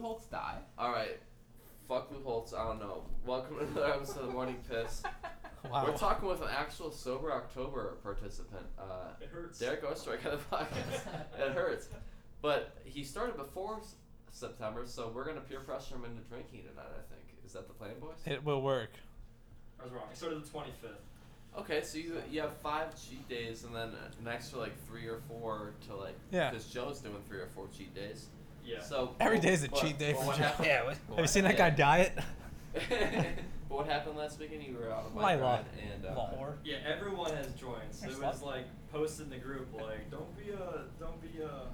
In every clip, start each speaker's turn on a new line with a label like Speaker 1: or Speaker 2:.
Speaker 1: Holtz die?
Speaker 2: All right, fuck Lou Holtz. I don't know. Welcome to another episode of Morning Piss.
Speaker 3: Wow.
Speaker 2: We're talking with an actual sober October participant, uh,
Speaker 4: It hurts.
Speaker 2: Derek Ostrich, on the podcast. it hurts, but he started before s- September, so we're gonna peer pressure him into drinking tonight. I think is that the plan, boys?
Speaker 3: It will work.
Speaker 4: I was wrong. I started the 25th.
Speaker 2: Okay, so you you have five cheat days, and then uh, an extra like three or four to like
Speaker 3: Yeah.
Speaker 2: because Joe's doing three or four cheat days.
Speaker 4: Yeah.
Speaker 2: So
Speaker 3: Every
Speaker 2: but-
Speaker 3: day's a
Speaker 2: but-
Speaker 3: cheat day
Speaker 2: but
Speaker 3: for
Speaker 2: what
Speaker 3: Joe.
Speaker 2: happened-
Speaker 3: Yeah,
Speaker 2: but
Speaker 3: Have
Speaker 2: what
Speaker 3: you seen that guy
Speaker 2: happened-
Speaker 3: diet?
Speaker 2: but what happened last weekend? You were out of my
Speaker 3: Lila.
Speaker 2: ride and uh,
Speaker 3: Lord.
Speaker 4: yeah, everyone has joints. It
Speaker 3: Thanks,
Speaker 4: was
Speaker 3: love.
Speaker 4: like posted in the group like, don't be a, don't be a,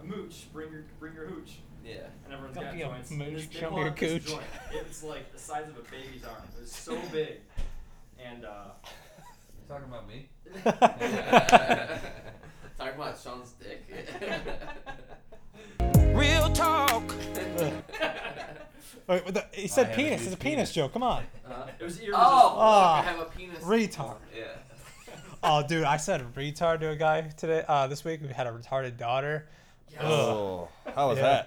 Speaker 4: a mooch. Bring your, bring your hooch.
Speaker 2: yeah.
Speaker 4: And everyone's
Speaker 3: Don't
Speaker 4: got
Speaker 3: be a
Speaker 4: joints.
Speaker 3: mooch,
Speaker 4: And this- they
Speaker 3: show
Speaker 4: pull
Speaker 3: me your
Speaker 4: out this
Speaker 3: cooch.
Speaker 4: Joint. It's like the size of a baby's arm. It was so big. And uh,
Speaker 2: You're talking about me? talking about Sean's dick.
Speaker 5: Real
Speaker 2: Uh-huh.
Speaker 5: talk.
Speaker 3: Wait, what the, he
Speaker 5: I
Speaker 3: said
Speaker 5: have a
Speaker 3: penis.
Speaker 5: huge
Speaker 3: It's a penis,
Speaker 5: penis.
Speaker 3: joke. Come on.
Speaker 2: Huh?
Speaker 4: it was irresistible.
Speaker 2: Oh,
Speaker 3: Ah,
Speaker 2: I have a penis.
Speaker 3: retard.
Speaker 2: Yeah.
Speaker 3: Oh, dude, I said retard to a guy today. Uh, this week we had a retarded daughter.
Speaker 5: Oh, how was
Speaker 3: Yeah.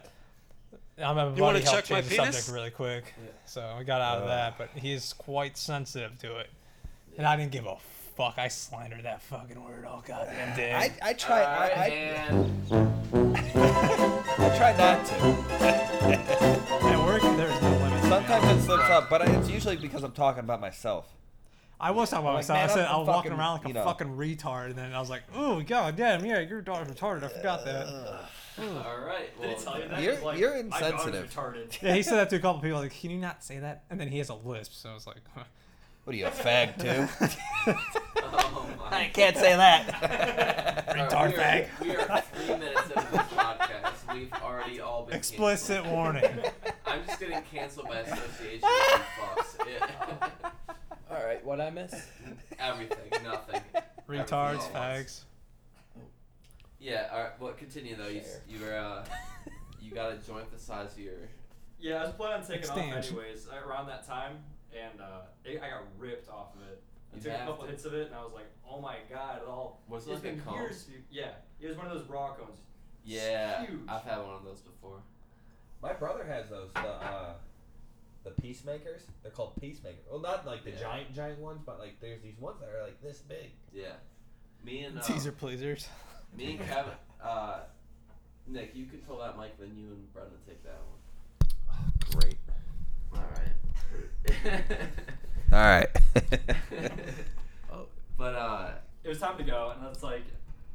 Speaker 5: that?
Speaker 3: I'm a
Speaker 5: You wanna
Speaker 3: buddy helped
Speaker 5: check my
Speaker 3: change the
Speaker 5: penis?
Speaker 3: subject really quick,
Speaker 2: Yeah.
Speaker 3: so we got out of
Speaker 5: Uh.
Speaker 3: that. But he's quite sensitive to it, and I didn't give a fuck. I slandered that fucking word all goddamn day.
Speaker 5: I, I try.
Speaker 2: Alright,
Speaker 5: I,
Speaker 2: and
Speaker 5: I, I try not to.
Speaker 3: At work, there's no limit.
Speaker 5: Sometimes it slips up, but I, it's usually because I'm talking about myself.
Speaker 3: I was talking about
Speaker 5: Like,
Speaker 3: myself. I
Speaker 5: man,
Speaker 3: said
Speaker 5: I'm
Speaker 3: I was walking
Speaker 5: fucking,
Speaker 3: around like a
Speaker 5: you know.
Speaker 3: fucking retard, and then I was like, "Ooh, goddamn, yeah, your daughter's retarded. I forgot that."
Speaker 2: all right.
Speaker 4: Did it tell
Speaker 2: Well,
Speaker 4: you that?
Speaker 5: You're-
Speaker 4: It's like,
Speaker 5: you're
Speaker 4: my dog's
Speaker 5: insensitive.
Speaker 4: retarded.
Speaker 3: Yeah, he said that to a couple people. Like, can you not say that? And then he has a lisp, so I was like, huh.
Speaker 5: What are you a fag too?
Speaker 2: oh my.
Speaker 5: Can't say that.
Speaker 2: Alright,
Speaker 3: Retard
Speaker 2: we are-
Speaker 3: fag.
Speaker 2: We are three minutes into this podcast. We've already all been
Speaker 3: "Explicit
Speaker 2: canceled.
Speaker 3: warning."
Speaker 2: I'm just getting canceled by association. with you fucks. Yeah.
Speaker 5: All right, what I miss?
Speaker 2: Everything, nothing. Everything all
Speaker 3: Retards,
Speaker 2: at once.
Speaker 3: fags.
Speaker 2: Yeah. All right. Well, continue though. You s- you were uh, you got a joint the size of your.
Speaker 4: Yeah, I was planning on taking
Speaker 3: Stand.
Speaker 4: off anyways uh, around that time, and uh, it, I got ripped off of it. I
Speaker 2: You
Speaker 4: took a
Speaker 2: have
Speaker 4: couple
Speaker 2: to.
Speaker 4: hits of it, and I was like, "Oh my god!" It all
Speaker 2: Was it
Speaker 4: it's
Speaker 2: like a
Speaker 4: been
Speaker 2: cone?
Speaker 4: years. you- Yeah, it was one of those raw cones.
Speaker 2: Yeah.
Speaker 4: Huge.
Speaker 2: I've had one of those before.
Speaker 5: My brother has those. The, uh, the peacemakers. They're called peacemakers. Well, not like the
Speaker 2: Yeah.
Speaker 5: giant, giant ones, but like there's these ones that are like this big.
Speaker 2: Yeah. Me and uh,
Speaker 3: Teaser pleasers.
Speaker 2: me and Kevin. Uh, Nick, you control that mic, then you and Brendan take that one.
Speaker 5: Great.
Speaker 2: All right.
Speaker 5: All right.
Speaker 2: oh, but uh,
Speaker 4: It was time to go, and it's like,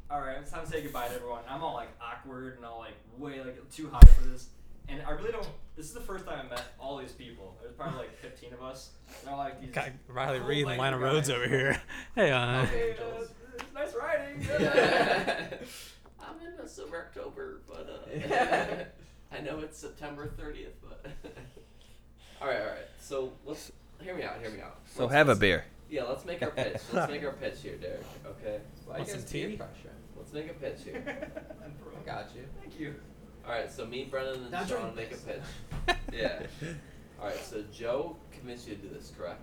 Speaker 4: "All right, it's time to say goodbye to everyone." And I'm all like awkward and all like way like too high for this, and I really don't. This is the first time I met all these people. There's probably like 15 of us, and I'm like these.
Speaker 3: Got Riley
Speaker 5: Oh
Speaker 4: cool
Speaker 3: Reed and
Speaker 4: biker
Speaker 3: Lana
Speaker 4: guys.
Speaker 3: Rhodes over here. Hey, uh,
Speaker 4: Hey, uh, it's nice riding.
Speaker 2: I'm in a sober October, but uh, I know it's September 30th, but all right, all right. So let's hear me out. Hear me out.
Speaker 5: so
Speaker 2: Let's-
Speaker 5: have a
Speaker 2: let's-
Speaker 5: beer.
Speaker 2: Yeah, let's make our pitch. Let's make our pitch here, Derek. Okay.
Speaker 1: Well, I
Speaker 3: Want some
Speaker 1: guess peer
Speaker 3: tea?
Speaker 1: pressure.
Speaker 2: Let's make a pitch here.
Speaker 1: I got you.
Speaker 4: Thank you.
Speaker 2: All right. So me, Brennan, and
Speaker 1: Now
Speaker 2: Sean
Speaker 1: drink
Speaker 2: make a
Speaker 1: this.
Speaker 2: pitch. Yeah. All right. So Joe convinced you to do this, correct?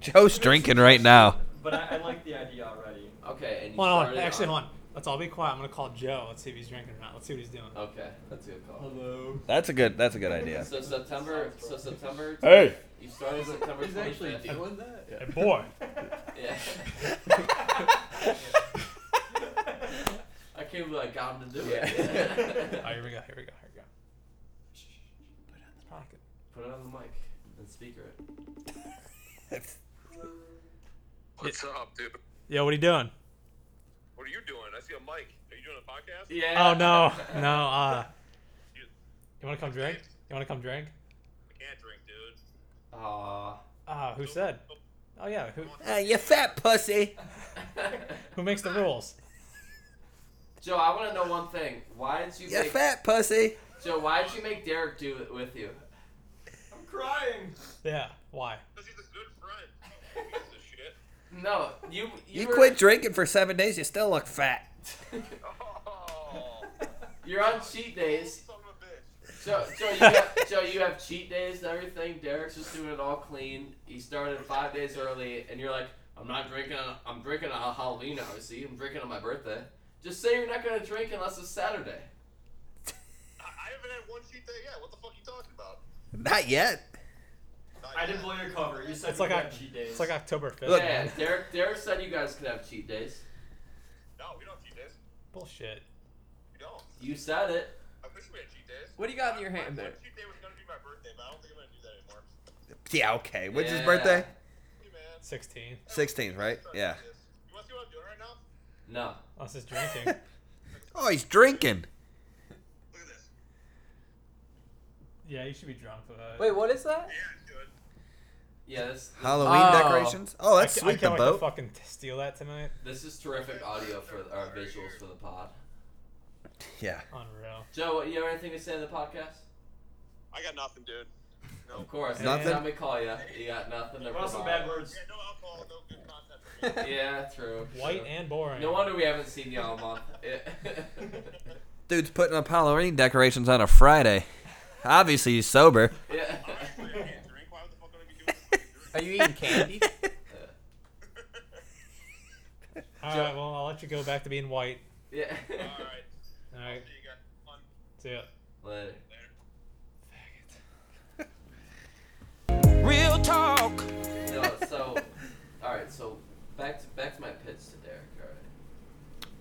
Speaker 5: Joe's drinking right now.
Speaker 4: But I, I like the idea already.
Speaker 2: Okay. And you
Speaker 3: hold on, hold on.
Speaker 2: started
Speaker 5: uh,
Speaker 3: Actually, hold on. Let's all be quiet. I'm gonna call Joe. Let's see if he's drinking or not. Let's see what he's doing.
Speaker 2: Okay, that's a good call.
Speaker 1: Hello.
Speaker 5: That's a good. That's a good idea.
Speaker 2: So September. So September.
Speaker 5: Hey.
Speaker 2: You started September.
Speaker 1: He's actually
Speaker 2: 25th.
Speaker 1: doing that.
Speaker 3: Hey, boy.
Speaker 2: Yeah. I can't believe I got him to do
Speaker 3: Oh,
Speaker 2: it.
Speaker 3: here we go. Here we go. Here we go. Probably good.
Speaker 2: Put it on the mic and speaker it.
Speaker 6: What's up, dude?
Speaker 3: Yo, what are you doing?
Speaker 6: What are you doing? I see a mic. Are you doing a podcast?
Speaker 2: Yeah.
Speaker 3: Oh no, no. Uh,
Speaker 6: You-
Speaker 3: you want to come drink? You want to come drink?
Speaker 6: I can't drink, dude.
Speaker 2: Aw.
Speaker 3: Ah, who said? Oh yeah, who
Speaker 7: Uh,
Speaker 5: you fat pussy.
Speaker 3: who makes the rules?
Speaker 2: Joe, I want to know one thing. Why did you make
Speaker 5: fat pussy.
Speaker 2: Joe? Why did you make Derek do it with you?
Speaker 4: I'm crying.
Speaker 3: Yeah. Why?
Speaker 6: Because he's a good friend. Piece of shit.
Speaker 2: No, you you,
Speaker 5: You
Speaker 2: were-
Speaker 5: quit drinking for seven days. You still look fat.
Speaker 6: Oh,
Speaker 2: You're on cheat days.
Speaker 6: son of a bitch.
Speaker 2: Joe, Joe, you have, Joe, you have cheat days and everything. Derek's just doing it all clean. He started five days early, and you're like, I'm not drinking. On, I'm drinking on Halloween, obviously. I'm drinking on my birthday. Just say you're not gonna drink unless it's Saturday.
Speaker 6: haven't had one cheat day yet. What the fuck are you talking about?
Speaker 7: Not yet.
Speaker 6: Not
Speaker 4: I didn't
Speaker 6: yet.
Speaker 4: blow your cover. You said
Speaker 3: It's like
Speaker 4: we
Speaker 3: I,
Speaker 4: have cheat days.
Speaker 3: it's like October fifth.
Speaker 7: Look-
Speaker 2: yeah, Derek, Derek said you guys could have cheat days.
Speaker 6: No, we don't have cheat days.
Speaker 3: bullshit.
Speaker 6: We don't.
Speaker 2: You said it.
Speaker 6: I wish we had cheat days.
Speaker 1: What do you got in your hand
Speaker 6: My- my
Speaker 1: there?
Speaker 6: cheat day was gonna be my birthday, but I don't think I'm gonna do that anymore.
Speaker 7: Yeah, okay. When's his
Speaker 2: Yeah.
Speaker 7: birthday?
Speaker 6: Hey, man.
Speaker 3: Sixteen.
Speaker 7: 16th, right?
Speaker 6: Sorry,
Speaker 7: Yeah.
Speaker 6: cheat days. You wanna see what I'm doing right now?
Speaker 2: No.
Speaker 3: Us is drinking.
Speaker 7: Oh, he's drinking.
Speaker 6: Look at this.
Speaker 3: yeah, you should be drunk for that.
Speaker 1: Wait, what is that?
Speaker 6: Yeah, dude.
Speaker 2: Yeah, this
Speaker 7: Halloween
Speaker 1: Oh.
Speaker 7: decorations. Oh, that's
Speaker 3: I, ca- I
Speaker 7: sweet. The
Speaker 3: can't wait to
Speaker 7: boat.
Speaker 3: fucking t- steal that tonight.
Speaker 2: this is terrific audio for our visuals for the pod.
Speaker 7: yeah.
Speaker 3: Unreal.
Speaker 2: Joe, what- you have anything to say to the podcast?
Speaker 6: I got nothing, dude.
Speaker 2: Of course.
Speaker 7: Nothing.
Speaker 2: Next time we call you, you got nothing to
Speaker 4: What are some
Speaker 2: provide.
Speaker 4: bad words?
Speaker 6: Yeah, no alcohol, no good content for me.
Speaker 2: Yeah, true.
Speaker 3: White
Speaker 2: true.
Speaker 3: and boring.
Speaker 2: No wonder we haven't seen you all month. Yeah.
Speaker 7: Dude's putting up Halloween decorations on a Friday. Obviously, he's sober.
Speaker 2: yeah.
Speaker 6: Obviously, I can't drink. Why the fuck would I be doing this?
Speaker 1: Are you eating candy?
Speaker 3: All right, well, I'll let you go back to being white.
Speaker 2: Yeah.
Speaker 6: Alright.
Speaker 3: All
Speaker 6: I'll
Speaker 3: right,
Speaker 6: see you guys. Fun.
Speaker 3: see ya.
Speaker 2: Later.
Speaker 6: Later.
Speaker 7: Real talk.
Speaker 2: No, so, all right. So back to back to my pitch to Derek. All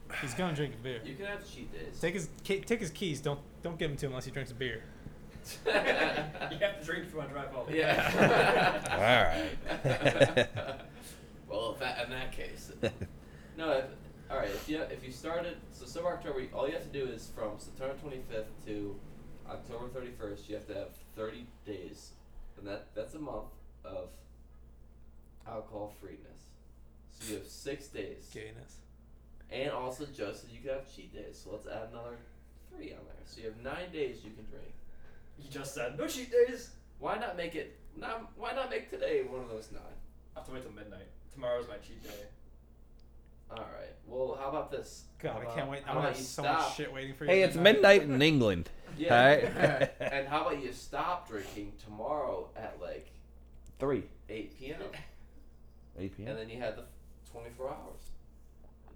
Speaker 2: right.
Speaker 3: He's gonna drink a beer.
Speaker 2: You can have cheat days.
Speaker 3: Take his ki- take his keys. Don't don't give them to him unless he drinks a beer.
Speaker 4: you have to drink if you want to drive home.
Speaker 2: yeah.
Speaker 7: All right.
Speaker 2: well, if that, in that case, no. If, all right. If you if you started so Sober October, all you have to do is from September 25th to October 31st. You have to have 30 days, and that that's a month of alcohol freeness. So you have six days.
Speaker 3: Gayness.
Speaker 2: And also, Joe said you could have cheat days, so let's add another three on there. So you have nine days you can drink.
Speaker 4: You just said no cheat days.
Speaker 2: Why not make it? Not, why not make today one of those nine?
Speaker 4: I have to wait till midnight. Tomorrow's my cheat day.
Speaker 2: All right. Well, how about this?
Speaker 3: God,
Speaker 2: How
Speaker 3: I
Speaker 2: about-
Speaker 3: can't wait.
Speaker 2: How
Speaker 3: I'm gonna
Speaker 2: about
Speaker 3: have
Speaker 2: you
Speaker 3: so
Speaker 2: stop?
Speaker 3: much shit waiting for you.
Speaker 7: Hey,
Speaker 3: at
Speaker 7: it's midnight in England.
Speaker 2: Yeah.
Speaker 7: All right.
Speaker 2: and how about you stop drinking tomorrow at like
Speaker 7: Three.
Speaker 2: 8 p.m.
Speaker 7: 8 p.m.
Speaker 2: and then you have the 24 hours.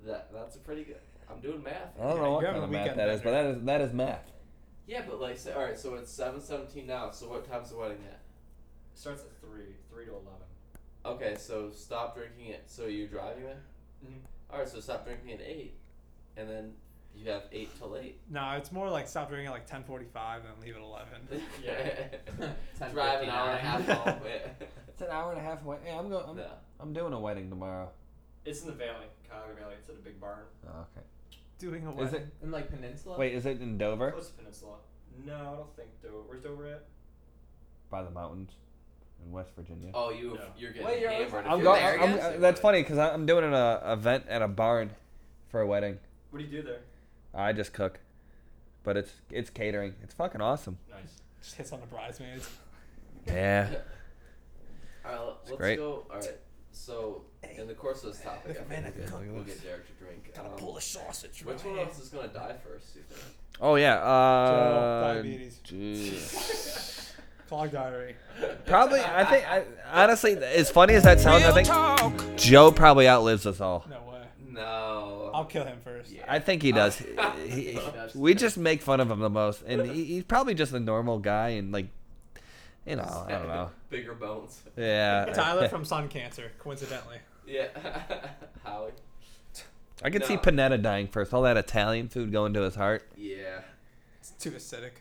Speaker 2: That that's a pretty good. I'm doing math.
Speaker 7: I don't know what
Speaker 3: You're
Speaker 7: kind
Speaker 3: having
Speaker 7: of
Speaker 3: a
Speaker 7: math
Speaker 3: weekend
Speaker 7: that is, but
Speaker 3: bender.
Speaker 7: that is that is math.
Speaker 2: Yeah, but like, say, all right. So it's 7:17 now. So what time's the wedding at?
Speaker 4: Starts at three, three to eleven.
Speaker 2: Okay, so stop drinking it. So you're driving then?
Speaker 4: Mhm.
Speaker 2: All right, so stop drinking at eight, and then you have eight till eight.
Speaker 3: No, it's more like stop drinking at like 10:45 and leave at 11.
Speaker 2: Yeah,
Speaker 1: Ten
Speaker 2: drive an hour and a half
Speaker 1: 59.
Speaker 2: home.
Speaker 7: It's an hour and a half away. Hey, I'm going. I'm,
Speaker 2: no,
Speaker 7: I'm doing a wedding tomorrow.
Speaker 4: It's in the valley, Cuyahoga Valley. It's at a big barn.
Speaker 7: Oh, okay.
Speaker 3: Doing a
Speaker 7: Is
Speaker 3: wedding.
Speaker 7: it?
Speaker 1: In like Peninsula?
Speaker 7: Wait, is it in Dover
Speaker 4: Close to Peninsula. No, I don't think Dover. Where's Dover at?
Speaker 7: by the mountains in West Virginia?
Speaker 2: Oh, you
Speaker 4: No.
Speaker 2: you're getting
Speaker 1: Wait, you're-
Speaker 2: hammered. if
Speaker 7: I'm
Speaker 2: you're
Speaker 7: going.
Speaker 2: there,
Speaker 7: I'm,
Speaker 2: yes,
Speaker 7: uh,
Speaker 2: it
Speaker 7: that's
Speaker 2: would.
Speaker 7: funny because I'm doing an uh, event at a barn for a wedding.
Speaker 4: What do you do there?
Speaker 7: I just cook, but it's it's catering. It's fucking awesome.
Speaker 4: Nice.
Speaker 3: Just hits on the bridesmaids.
Speaker 7: Yeah.
Speaker 2: All right, let's
Speaker 7: great.
Speaker 2: go. All right, so in the course of this topic,
Speaker 3: look
Speaker 2: I
Speaker 3: at
Speaker 2: think
Speaker 3: man, I
Speaker 2: we'll,
Speaker 3: can
Speaker 2: get,
Speaker 3: cook
Speaker 2: we'll
Speaker 3: this.
Speaker 2: get Derek to drink.
Speaker 3: Gotta
Speaker 2: Um,
Speaker 3: pull a sausage. from
Speaker 2: which one
Speaker 3: my hand.
Speaker 2: else is gonna die first? You think?
Speaker 7: Oh yeah.
Speaker 3: General
Speaker 8: Um,
Speaker 7: Uh,
Speaker 3: diabetes.
Speaker 7: gee.
Speaker 3: Clogged artery.
Speaker 7: Probably. I think. I, honestly, as funny as that sounds, I think Joe probably outlives us all.
Speaker 3: No way.
Speaker 2: No.
Speaker 3: I'll kill him first.
Speaker 2: Yeah.
Speaker 7: I think he does. He- he- we just make fun of him the most, and he, he's probably just a normal guy, and like, you know, I don't know.
Speaker 2: Bigger bones.
Speaker 7: Yeah.
Speaker 3: Tyler from Sun Cancer, coincidentally.
Speaker 2: Yeah. Howie.
Speaker 7: I could see
Speaker 2: No.
Speaker 7: Panetta dying first. All that Italian food going to his heart.
Speaker 2: Yeah.
Speaker 3: It's too acidic.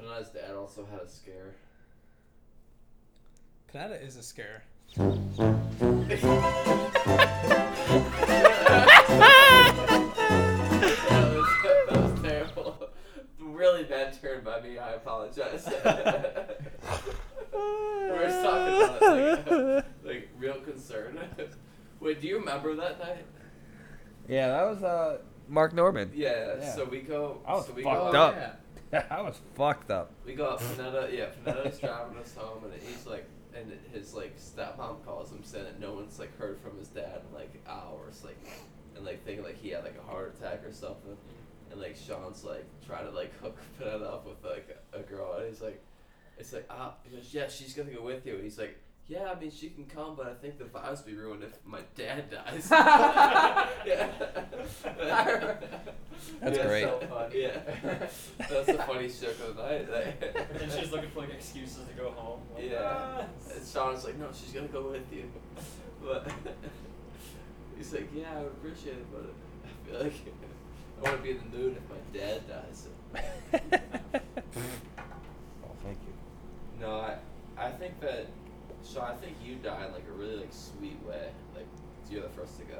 Speaker 2: Panetta's dad also had a scare.
Speaker 3: Panetta is a scare.
Speaker 2: That was, that was terrible. Really bad turn by me. I apologize. we were just talking about it, like, like real concern. Wait, do you remember that night?
Speaker 7: Yeah, that was uh Mark Norman.
Speaker 2: Yeah.
Speaker 7: Yeah.
Speaker 2: So we go.
Speaker 7: I was
Speaker 2: so we
Speaker 7: fucked
Speaker 2: go,
Speaker 7: up.
Speaker 1: Yeah.
Speaker 7: I was fucked up.
Speaker 2: We go up Panetta. Yeah, Panetta's driving us home, and he's like, and his like stepmom calls him saying that no one's like heard from his dad in like hours, like, and like thinking like he had like a heart attack or something, and like Sean's like trying to like hook Panetta up with like a girl, and he's like, it's like ah, he goes, yeah, she's gonna go with you, and he's like. yeah, I mean, she can come, but I think the vibes be ruined if my dad dies. yeah.
Speaker 7: That's
Speaker 2: yeah,
Speaker 7: great.
Speaker 2: So funny. Yeah. That's the funniest joke of the night. like-
Speaker 4: And she's looking for like excuses to go home. Like,
Speaker 2: Yeah.
Speaker 4: "Ah."
Speaker 2: And Sean's like, no, she's gonna go with you. But he's like, yeah, I would appreciate it, but I feel like I want to be in the mood if my dad dies.
Speaker 7: Oh, thank you.
Speaker 2: No, I, I think that, Sean, I think you died like a really like sweet way. Like you're the first to go.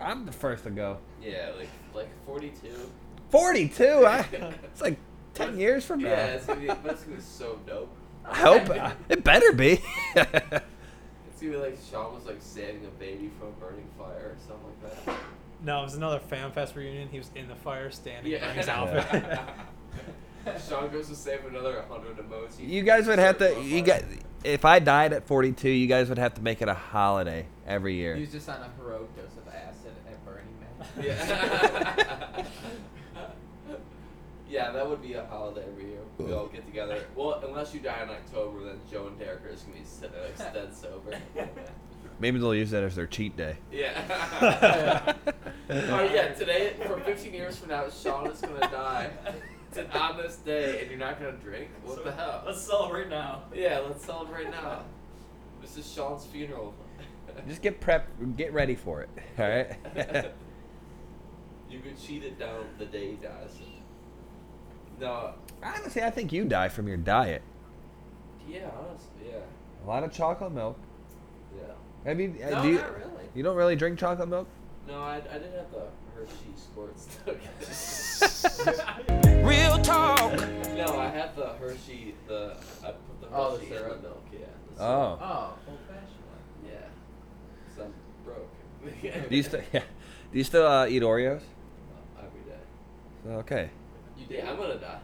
Speaker 7: I'm the first to go.
Speaker 2: Yeah, like like 42.
Speaker 7: 42. I, it's like 10 years from now.
Speaker 2: Yeah, it's gonna be, but it's gonna be so dope.
Speaker 7: I hope uh, it better be.
Speaker 2: It's gonna be like Sean was like saving a baby from a burning fire or something like that.
Speaker 3: No, it was another Fan Fest reunion. He was in the fire standing
Speaker 2: Yeah.
Speaker 3: by his outfit.
Speaker 2: Sean goes to save another 100 emojis.
Speaker 7: you guys would have to.
Speaker 2: Sorry,
Speaker 7: You
Speaker 2: Sean.
Speaker 7: guys, if I died at 42, you guys would have to make it a holiday every
Speaker 1: He
Speaker 7: year.
Speaker 1: was just on a heroic dose of acid at Burning Man.
Speaker 2: Yeah. yeah, that would be a holiday where you we all get together. Well, unless you die in October, then Joe and Derek are just gonna be sitting there, like dead sober.
Speaker 7: Maybe they'll use that as their cheat day.
Speaker 2: Yeah. oh yeah, today for 15 years from now, Sean is gonna die. It's an on this day, and you're not gonna drink. What
Speaker 4: So,
Speaker 2: the hell?
Speaker 4: Let's celebrate now.
Speaker 2: yeah, let's celebrate now. This is Sean's funeral.
Speaker 7: Just get prep, get ready for it. All right.
Speaker 2: you could cheat it down the day he dies. No,
Speaker 7: Honestly, I think you die from your diet.
Speaker 2: yeah, honestly, yeah.
Speaker 7: A lot of chocolate milk.
Speaker 2: Yeah.
Speaker 7: I mean, uh,
Speaker 2: No,
Speaker 7: do you,
Speaker 2: not really.
Speaker 7: you don't really drink chocolate milk?
Speaker 2: No, I, I did have the Hershey Squirts.
Speaker 8: Real talk.
Speaker 2: no, I had the Hershey, the I put the Hershey
Speaker 1: Oh, the
Speaker 2: in
Speaker 1: syrup.
Speaker 2: milk. Yeah. the syrup.
Speaker 7: Oh.
Speaker 1: Oh, old fashioned.
Speaker 2: Yeah. So I'm broke.
Speaker 7: Do you still yeah. Do you still uh, eat Oreos?
Speaker 2: Every day.
Speaker 7: Okay.
Speaker 2: You did. I'm gonna die.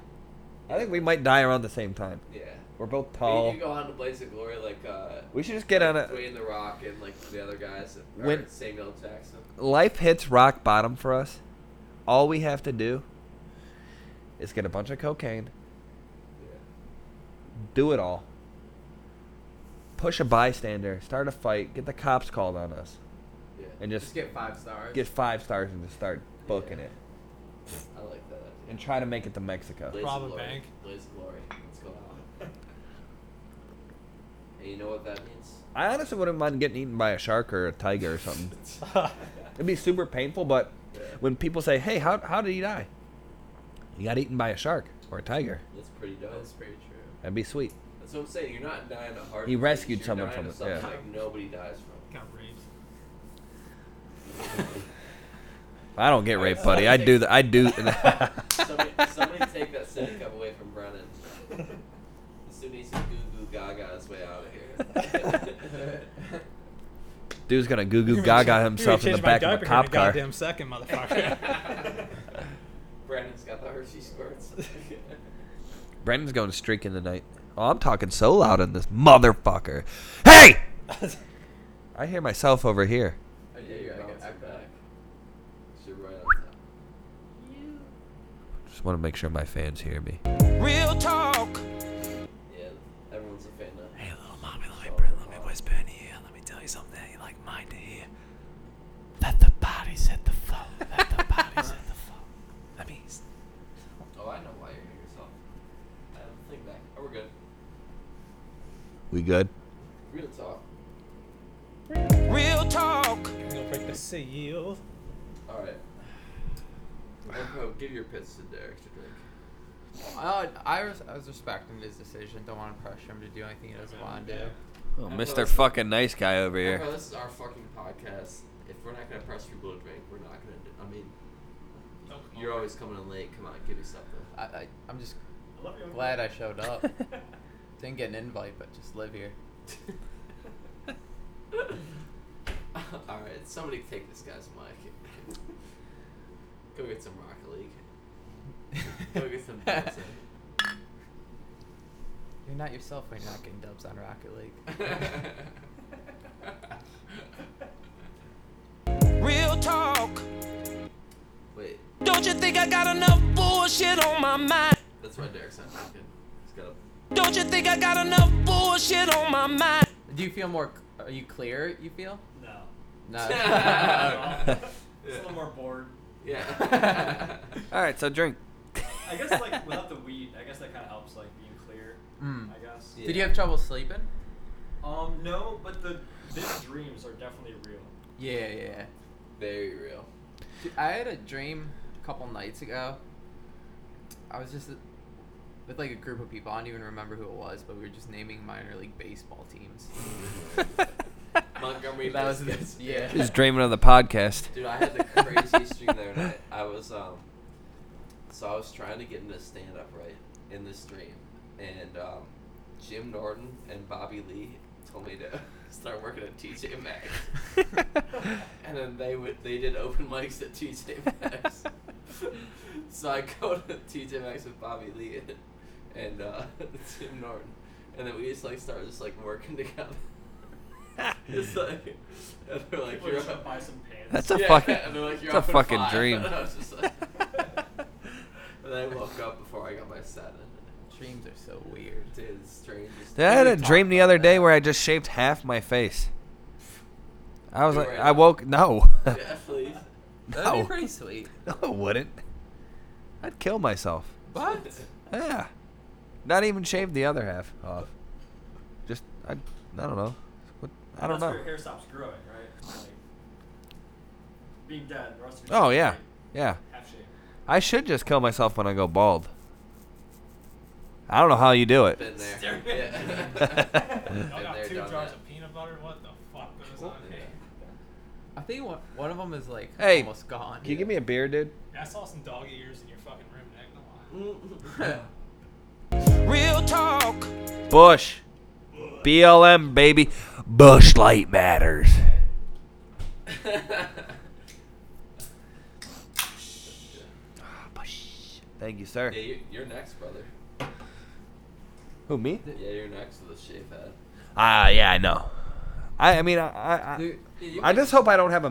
Speaker 7: I think we might die around the same time.
Speaker 2: Yeah.
Speaker 7: We're both
Speaker 2: We
Speaker 7: tall.
Speaker 2: could go on to Blaze of Glory like uh.
Speaker 7: We should just get
Speaker 2: like
Speaker 7: on a
Speaker 2: Dwayne the Rock and like the other guys. or
Speaker 7: When-
Speaker 2: Samuel Jackson.
Speaker 7: life hits rock bottom for us. All we have to do is get a bunch of cocaine,
Speaker 2: Yeah.
Speaker 7: do it all. Push a bystander, start a fight, get the cops called on us,
Speaker 2: Yeah.
Speaker 7: and
Speaker 1: Just,
Speaker 7: just
Speaker 1: get five stars.
Speaker 7: get five stars and just start booking
Speaker 2: Yeah.
Speaker 7: it,
Speaker 2: I like that. idea.
Speaker 7: and try to make it to Mexico.
Speaker 2: Blaze
Speaker 3: Rob a
Speaker 2: of glory.
Speaker 3: bank.
Speaker 2: Blaze of glory. What's going on? and you know what that means?
Speaker 7: I honestly wouldn't mind getting eaten by a shark or a tiger or something. It'd be super painful, but
Speaker 2: Yeah.
Speaker 7: when people say, "Hey, how how did he die?" He got eaten by a shark or a tiger.
Speaker 2: That's pretty dope.
Speaker 1: That's pretty true.
Speaker 7: That'd be sweet.
Speaker 2: That's what I'm saying. You're not dying of heart.
Speaker 7: He
Speaker 2: disease,
Speaker 7: rescued
Speaker 2: you're
Speaker 7: someone
Speaker 2: dying
Speaker 7: from
Speaker 2: of
Speaker 7: it,
Speaker 2: something
Speaker 7: yeah.
Speaker 2: Like nobody dies from.
Speaker 3: Got raped.
Speaker 7: I don't get raped, buddy. I do. Th- I do.
Speaker 2: somebody, somebody take that city cup away from Brennan. As soon as he goo goo gaga his way out of here.
Speaker 7: Dude's gonna goo goo
Speaker 3: You
Speaker 7: gaga
Speaker 3: changed-
Speaker 7: himself
Speaker 3: you
Speaker 7: in the
Speaker 3: changed my
Speaker 7: back of
Speaker 3: diaper
Speaker 7: a
Speaker 3: in
Speaker 7: cop car.
Speaker 3: Goddamn second, motherfucker.
Speaker 2: Brennan's got the Hershey Oh, squirts.
Speaker 7: Brandon's going streaking tonight. Oh, I'm talking so loud in this motherfucker. Hey! I hear myself over here.
Speaker 1: Oh,
Speaker 2: yeah,
Speaker 1: yeah,
Speaker 2: you
Speaker 1: you're
Speaker 2: gotta
Speaker 1: like,
Speaker 2: get
Speaker 1: I'm
Speaker 2: that back.
Speaker 1: back.
Speaker 2: You're right on top.
Speaker 7: Just want to make sure my fans hear me.
Speaker 8: Real talk.
Speaker 2: Yeah, everyone's a fan now.
Speaker 8: Hey, little mommy, let
Speaker 2: me-
Speaker 8: me,
Speaker 2: let
Speaker 8: let
Speaker 2: me
Speaker 8: me whisper in your ear. Let me tell you something that you like mine to hear. Let the bodies hit the floor. Let the bodies hit the floor. Let me.
Speaker 2: Oh, I know why you're here, yourself. I have a thing back. Oh, we're good.
Speaker 7: We good?
Speaker 2: Real talk.
Speaker 8: Real talk.
Speaker 3: I'm gonna break the seal.
Speaker 2: All right. Marco, give your pits to Derek to drink.
Speaker 1: Uh, I, was, I was respecting his decision. Don't want to pressure him to do anything he doesn't want to do.
Speaker 7: Oh,
Speaker 2: I'm
Speaker 7: Mr.
Speaker 2: close.
Speaker 7: Fucking Nice Guy over here.
Speaker 2: Marco, this is our fucking podcast. If we're not gonna press people to drink, we're not gonna. Do, I mean, you're always coming in late. Come on, give me something.
Speaker 1: I, I, I'm just
Speaker 4: I love you.
Speaker 1: glad I showed up. Didn't get an invite, but just live here.
Speaker 2: All right, somebody take this guy's mic. Go get some Rocket League. Go get some. Dubs in.
Speaker 1: You're not yourself when you're not getting dubs on Rocket League.
Speaker 8: Real talk.
Speaker 2: Wait,
Speaker 8: Don't you think I got enough bullshit on my mind?
Speaker 2: that's why Derek's not talking. He's got a
Speaker 8: Don't you think I got enough bullshit on my mind?
Speaker 1: Do you feel more? c- Are you clear? You feel?
Speaker 4: No.
Speaker 1: No.
Speaker 4: It's a little more bored.
Speaker 2: Yeah.
Speaker 7: All right, so drink.
Speaker 4: I guess like without the weed, I guess that kind of helps like being clear.
Speaker 1: Mm.
Speaker 4: I guess.
Speaker 1: Did you have trouble sleeping?
Speaker 4: Um, no, but the vivid dreams are definitely real.
Speaker 1: Yeah, yeah.
Speaker 2: Very real.
Speaker 1: Dude, I had a dream a couple nights ago. I was just uh, with like a group of people. I don't even remember who it was, but we were just naming minor league baseball teams.
Speaker 2: Montgomery
Speaker 1: That was
Speaker 2: Biscuits.
Speaker 1: the- yeah.
Speaker 7: Just dreaming of the podcast.
Speaker 2: Dude, I had the craziest dream the other night. I was um, so I was trying to get into stand up right in this dream, and um, Jim Norton and Bobby Lee told me to start working at TJ Maxx, and then they would they did open mics at TJ Maxx. so I go to TJ Maxx with Bobby Lee and, and uh, Jim Norton, and then we just like started just like working together. It's like, and they're like,
Speaker 4: People
Speaker 2: you're
Speaker 4: just gonna
Speaker 2: up."
Speaker 4: buy some pants.
Speaker 7: That's a
Speaker 2: Yeah,
Speaker 7: fucking.
Speaker 2: and they're like, "You're
Speaker 7: It's a
Speaker 2: up in
Speaker 7: fucking
Speaker 2: five."
Speaker 7: dream.
Speaker 2: And I was just like- and then I woke up before I got my seven.
Speaker 1: Dreams are so weird.
Speaker 2: Dude, it's strange. It's-
Speaker 7: Dude, I had
Speaker 2: we
Speaker 7: a
Speaker 2: talked
Speaker 7: dream the
Speaker 2: about
Speaker 7: other day
Speaker 2: that.
Speaker 7: where I just shaved half my face. I was
Speaker 2: You
Speaker 7: like,
Speaker 2: were
Speaker 7: I woke. No.
Speaker 2: Yeah, please.
Speaker 1: That'd
Speaker 7: uh, No.
Speaker 1: be pretty sweet.
Speaker 7: no, I wouldn't. I'd kill myself.
Speaker 1: What?
Speaker 7: Yeah. Not even shave the other half off. Just, I, I don't know. What, I don't
Speaker 4: That's
Speaker 7: know.
Speaker 4: Where your hair stops growing, right? Like, being dead, the rest of your
Speaker 7: Oh,
Speaker 4: shit's
Speaker 7: yeah.
Speaker 4: like
Speaker 7: Yeah.
Speaker 4: half shaved.
Speaker 7: I should just kill myself when I go bald. I don't know how you do it.
Speaker 2: Been there.
Speaker 4: Stupid.
Speaker 2: Yeah.
Speaker 4: I
Speaker 2: Been
Speaker 3: got
Speaker 2: there,
Speaker 3: two
Speaker 2: done
Speaker 3: jars
Speaker 2: that.
Speaker 3: of peanut butter. What the fuck goes on
Speaker 2: Yeah.
Speaker 3: here?
Speaker 1: I think one, one of them is like
Speaker 7: Hey,
Speaker 1: almost gone.
Speaker 7: Can you give me a beer, dude?
Speaker 3: Yeah, I saw some dog ears in your fucking room, Nick. Come on.
Speaker 8: Real talk.
Speaker 7: Bush. BLM, baby. Bush Light Matters. Thank you, sir.
Speaker 2: yeah, you, you're next, brother.
Speaker 7: Who, me?
Speaker 2: Yeah, you're next to the shave head.
Speaker 7: Ah, yeah, I know. I, I mean, I, I, I,
Speaker 1: Dude,
Speaker 2: Yeah, you
Speaker 7: I
Speaker 2: might-
Speaker 7: just hope I don't have a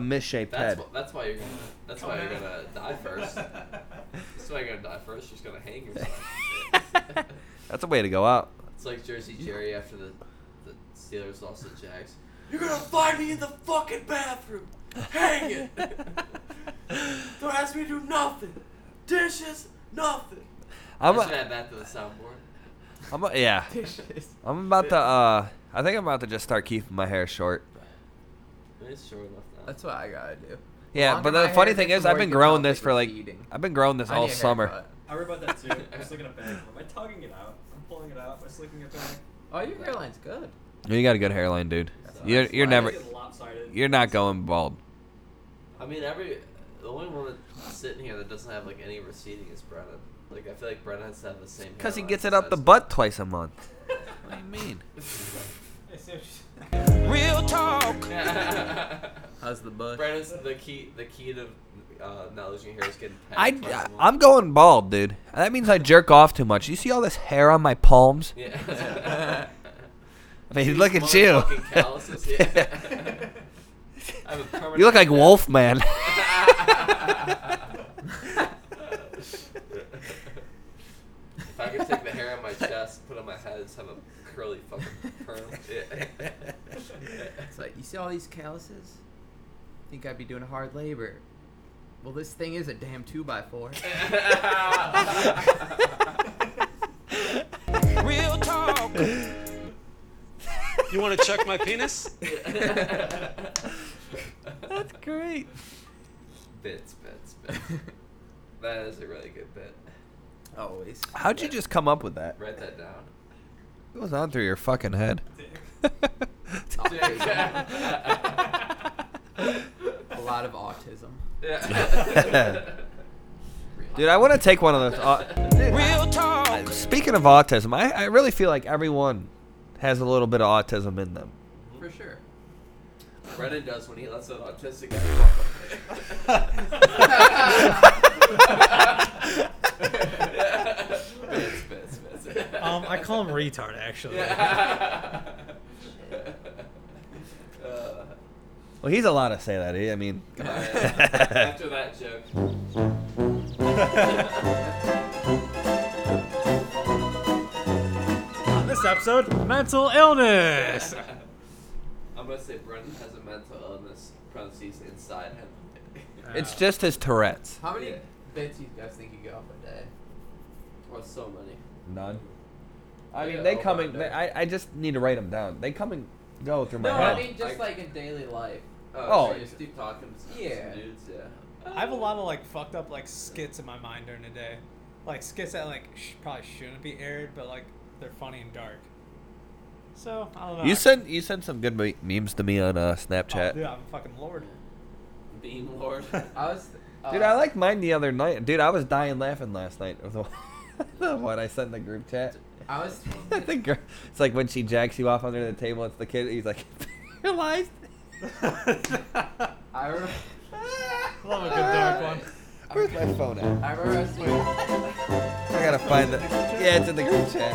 Speaker 7: misshaped
Speaker 2: That's
Speaker 7: head.
Speaker 2: wh- that's why you're gonna that's why you're gonna die first. That's why you're gonna die first. You're just gonna hang yourself.
Speaker 7: That's a way to go out.
Speaker 2: It's like Jersey Jerry after the, the Steelers lost to the Jags. You're gonna find me in the fucking bathroom. Hang it. Don't ask me to do nothing. Dishes, nothing.
Speaker 7: I'm,
Speaker 2: I should
Speaker 7: a,
Speaker 2: add that to the soundboard.
Speaker 7: I'm, a, yeah. I'm about to, uh, I think I'm about to just start keeping my hair short.
Speaker 2: It's short enough now.
Speaker 1: That's what I gotta do.
Speaker 7: Yeah,
Speaker 1: Longer
Speaker 7: but the
Speaker 1: my
Speaker 7: funny
Speaker 1: hair,
Speaker 7: thing
Speaker 1: the
Speaker 7: is,
Speaker 1: more
Speaker 7: I've
Speaker 1: you
Speaker 7: been
Speaker 1: can
Speaker 7: growing
Speaker 1: tell
Speaker 7: this
Speaker 1: it's
Speaker 7: for like,
Speaker 1: receding.
Speaker 7: I've been growing this
Speaker 1: I
Speaker 7: all
Speaker 1: need a
Speaker 7: summer.
Speaker 1: haircut.
Speaker 4: I worry about that too. I'm just looking at back. Am I tugging it out? I'm pulling it out. Am I slicking it back?
Speaker 1: Oh, your hairline's good.
Speaker 7: You got a good hairline, dude.
Speaker 2: So
Speaker 7: You're,
Speaker 2: that's
Speaker 7: you're
Speaker 2: why-
Speaker 7: never,
Speaker 4: I get lopsided.
Speaker 7: you're not going bald.
Speaker 2: I mean, every the only one that's sitting here that doesn't have like any receding is Brennan. Like I feel like Brennan has to have the same.
Speaker 7: Because he
Speaker 2: hairline
Speaker 7: gets it up the
Speaker 2: size.
Speaker 7: butt twice a month. What do you mean?
Speaker 3: Hey, see what you-
Speaker 8: Real talk.
Speaker 1: How's the bush?
Speaker 2: Brennan's the key. The key to uh, not losing your hair is getting. packed
Speaker 7: I,
Speaker 2: twice a month.
Speaker 7: I'm going bald, dude. That means I jerk off too much. You see all this hair on my palms?
Speaker 2: Yeah.
Speaker 7: I mean, look at you.
Speaker 2: Motherfucking calluses, yeah. I have a permanent
Speaker 7: You look like
Speaker 2: mole.
Speaker 7: Wolfman.
Speaker 2: if I could take the hair on my chest, put it on my head, and just have a curly fucking perm. Yeah.
Speaker 1: It's like, you see all these calluses? Think I'd be doing hard labor. Well, this thing is a damn 2x4.
Speaker 8: Real talk. You want to check my penis?
Speaker 7: That's great.
Speaker 2: bits, bits, bits. That is a really good bit.
Speaker 1: Always.
Speaker 7: How'd you just come up with that?
Speaker 2: Write that down.
Speaker 7: It was on through your fucking head.
Speaker 1: A lot of autism.
Speaker 2: Yeah.
Speaker 7: Dude, I want to take one of those. au- Dude,
Speaker 8: Real talk.
Speaker 7: I- speaking of autism, I, I really feel like everyone has a little bit of autism in them.
Speaker 1: For sure.
Speaker 2: Brennan does when he lets an autistic guy walk away. Bits, bits, bits.
Speaker 3: Um, I call him retard actually.
Speaker 2: Uh,
Speaker 7: Well, he's allowed to say that. eh? I mean, come on.
Speaker 2: after that joke.
Speaker 3: On this episode, mental illness.
Speaker 2: I'm gonna say Brendan has a mental illness parentheses inside him.
Speaker 7: It's just his Tourette's.
Speaker 1: How many
Speaker 2: Yeah.
Speaker 1: bits you guys think you go off a day?
Speaker 2: Or so many.
Speaker 7: None. I
Speaker 2: Yeah,
Speaker 7: mean, they
Speaker 2: oh,
Speaker 7: come and
Speaker 2: no.
Speaker 7: they, I, I just need to write them down. They come and go through my
Speaker 1: No,
Speaker 7: head.
Speaker 1: I mean just
Speaker 2: I-
Speaker 1: like in daily life.
Speaker 7: Oh.
Speaker 2: Oh, so you just keep talking to some
Speaker 1: Yeah.
Speaker 2: dudes, yeah.
Speaker 3: I have a lot of like fucked up like skits in my mind during the day, like skits that like sh- probably shouldn't be aired, but like they're funny and dark. So I don't know.
Speaker 7: you sent you sent some good me- memes to me on uh,
Speaker 3: Oh,
Speaker 7: Snapchat.
Speaker 3: dude, I'm a fucking lord.
Speaker 2: Beam Lord.
Speaker 1: I was. Uh,
Speaker 7: Dude, I liked mine the other night. Dude, I was dying laughing last night with the- the one I sent in the group chat.
Speaker 1: I was.
Speaker 7: I think her- it's like when she jacks you off under the table. It's the kid. He's like paralyzed.
Speaker 1: I remember.
Speaker 3: Love a good dark one.
Speaker 7: Where's my phone at?
Speaker 1: I remember I was doing.
Speaker 7: I gotta find it. Yeah, it's in the group chat.
Speaker 1: I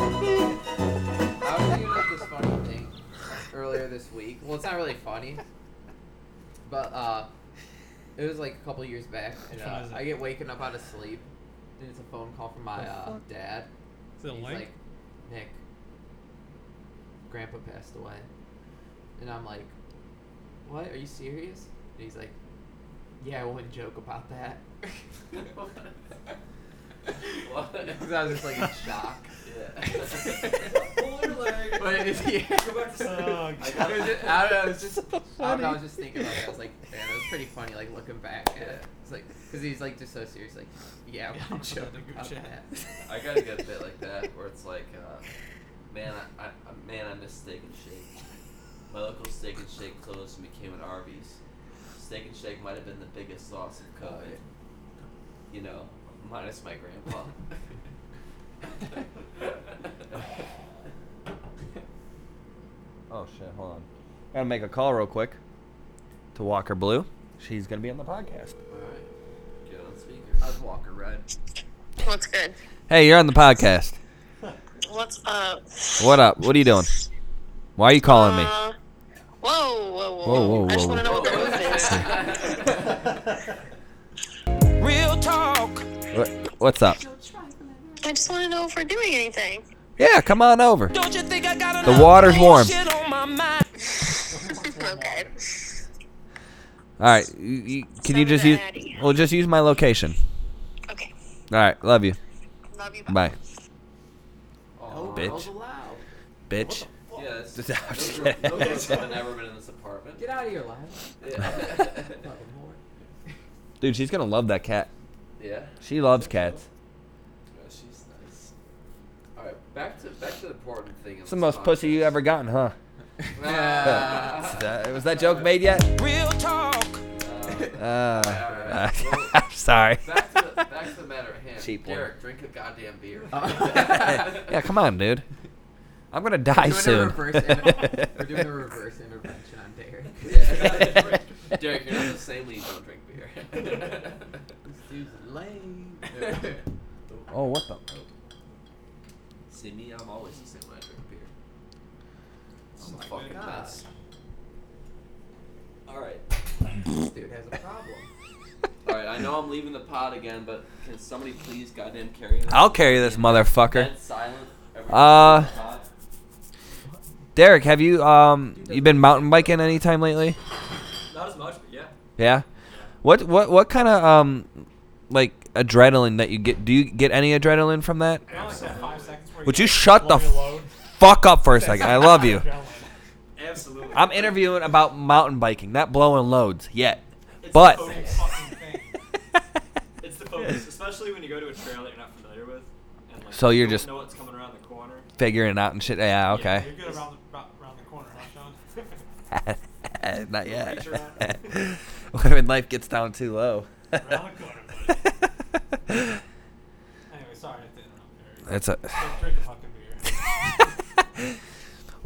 Speaker 1: was thinking about this funny thing earlier this week. Well, it's not really funny, but uh, it was like a couple years back, and
Speaker 3: Which one
Speaker 1: uh,
Speaker 3: is it?
Speaker 1: I get waking up out of sleep, and it's a phone call from my uh, dad.
Speaker 3: Is it
Speaker 1: He's
Speaker 3: Link?
Speaker 1: like, Nick, Grandpa passed away, and I'm like, what? Are you serious? And he's like, yeah, I wouldn't joke about that.
Speaker 2: what?
Speaker 1: Because I was just like in shock.
Speaker 2: Yeah.
Speaker 1: But it's, yeah.
Speaker 4: Go back to sleep.
Speaker 3: Oh,
Speaker 2: I
Speaker 1: I
Speaker 2: got
Speaker 1: was
Speaker 2: it.
Speaker 1: just, I, don't know, I was just, I don't
Speaker 7: funny.
Speaker 1: know, I was just thinking about that. I was like, man, that was pretty funny. Like looking back at it, it's like, cause he's like just so serious. Like, yeah,
Speaker 3: Yeah,
Speaker 1: I'm
Speaker 3: I'm glad
Speaker 1: joking
Speaker 3: to
Speaker 1: about
Speaker 3: check.
Speaker 1: that.
Speaker 2: I gotta get a bit like that where it's like, uh, man, I, I I- man, I miss Steak and Shake. My local Steak and Shake closed and became an Arby's. Steak and Shake might have been the biggest loss
Speaker 1: Oh,
Speaker 2: of COVID. You know, minus my grandpa.
Speaker 7: Oh shit! Hold on. Gotta make a call real quick to Walker Blue. She's gonna be on the podcast.
Speaker 2: Alright, get on speaker.
Speaker 1: I was Walker Red.
Speaker 9: What's good?
Speaker 7: Hey, you're on the podcast.
Speaker 9: What's up?
Speaker 7: What up? What are you doing? Why are you calling me?
Speaker 9: Uh, whoa, whoa, whoa,
Speaker 7: Whoa,
Speaker 9: whoa,
Speaker 7: whoa,
Speaker 9: I
Speaker 7: whoa.
Speaker 9: just want to know what the move is.
Speaker 7: What, what's up?
Speaker 9: I just want to know if we're doing anything.
Speaker 7: Yeah, come on over. the water's warm. All
Speaker 9: okay.
Speaker 7: right, you, you, can you
Speaker 9: Sounds
Speaker 7: just use?
Speaker 9: natty.
Speaker 7: Well, just use my location.
Speaker 9: Okay.
Speaker 7: All right, love you.
Speaker 9: Love you.
Speaker 7: Bye,
Speaker 2: Oh,
Speaker 7: bitch.
Speaker 1: Girls allowed.
Speaker 7: bitch.
Speaker 2: Yeah, that's,
Speaker 7: Just-
Speaker 2: those,
Speaker 7: I'm just
Speaker 2: girls-
Speaker 7: kidding.
Speaker 2: those girls have never been in this apartment.
Speaker 1: Get out of here, lads.
Speaker 2: Yeah.
Speaker 1: Fucking whore.
Speaker 7: Dude, she's gonna love that cat.
Speaker 2: yeah.
Speaker 7: She loves cats.
Speaker 2: Yeah, she's nice. All right, back to back to the important thing. in
Speaker 7: It's the
Speaker 2: this
Speaker 7: most pussy you
Speaker 2: podcast.
Speaker 7: ever gotten, huh?
Speaker 2: Ah.
Speaker 7: Uh, was that joke made yet?
Speaker 2: Uh,
Speaker 7: Uh,
Speaker 2: right, all right.
Speaker 7: I'm sorry.
Speaker 2: back, to the, back to the matter at hand.
Speaker 7: Cheap one.
Speaker 2: Derek, drink a goddamn beer.
Speaker 7: yeah, come on, dude. I'm gonna die
Speaker 1: We're doing a
Speaker 7: soon.
Speaker 1: reverse inter- We're doing a reverse intervention on Derek.
Speaker 2: Yeah. Derek, you're not the same when you don't drink beer.
Speaker 1: This dude's lame.
Speaker 7: oh, what the?
Speaker 2: See me, I'm always the same when I drink beer. I'm a
Speaker 3: my
Speaker 2: fucking
Speaker 1: God.
Speaker 2: mess. All right,
Speaker 1: This dude has a problem.
Speaker 2: all right. I know I'm leaving the pod again, but can somebody please goddamn carry this?
Speaker 7: I'll carry this motherfucker.
Speaker 2: Dead silent. every
Speaker 7: Uh,
Speaker 2: time I'm on the pod.
Speaker 7: Derek, have you um you been mountain biking any time lately?
Speaker 4: Not as much, but yeah.
Speaker 7: Yeah. What what what kind of um like adrenaline that you get? Do you get any adrenaline from that?
Speaker 3: Now, like, that five seconds where
Speaker 7: Would
Speaker 3: you
Speaker 7: you shut the
Speaker 3: lower your load.
Speaker 7: fuck up for a second? I love you.
Speaker 4: Absolutely.
Speaker 7: I'm interviewing about mountain biking, not blowing loads yet.
Speaker 4: It's
Speaker 7: But
Speaker 4: the
Speaker 3: Same
Speaker 4: focus.
Speaker 3: fucking thing.
Speaker 4: It's the focus, especially when you go to a trail that you're not familiar with. And, like,
Speaker 7: So you're
Speaker 4: you don't
Speaker 7: just-
Speaker 4: know what's coming around the corner.
Speaker 7: figuring it out and shit. Yeah, okay.
Speaker 3: You're good around the, about- around the corner, huh, Sean?
Speaker 7: Not
Speaker 3: Reach
Speaker 7: yet.
Speaker 3: around.
Speaker 7: when life gets down too low.
Speaker 3: Around the corner, buddy. Anyway, sorry I didn't interrupt. Eric.
Speaker 7: That's a.
Speaker 3: Don't Drink a fucking beer.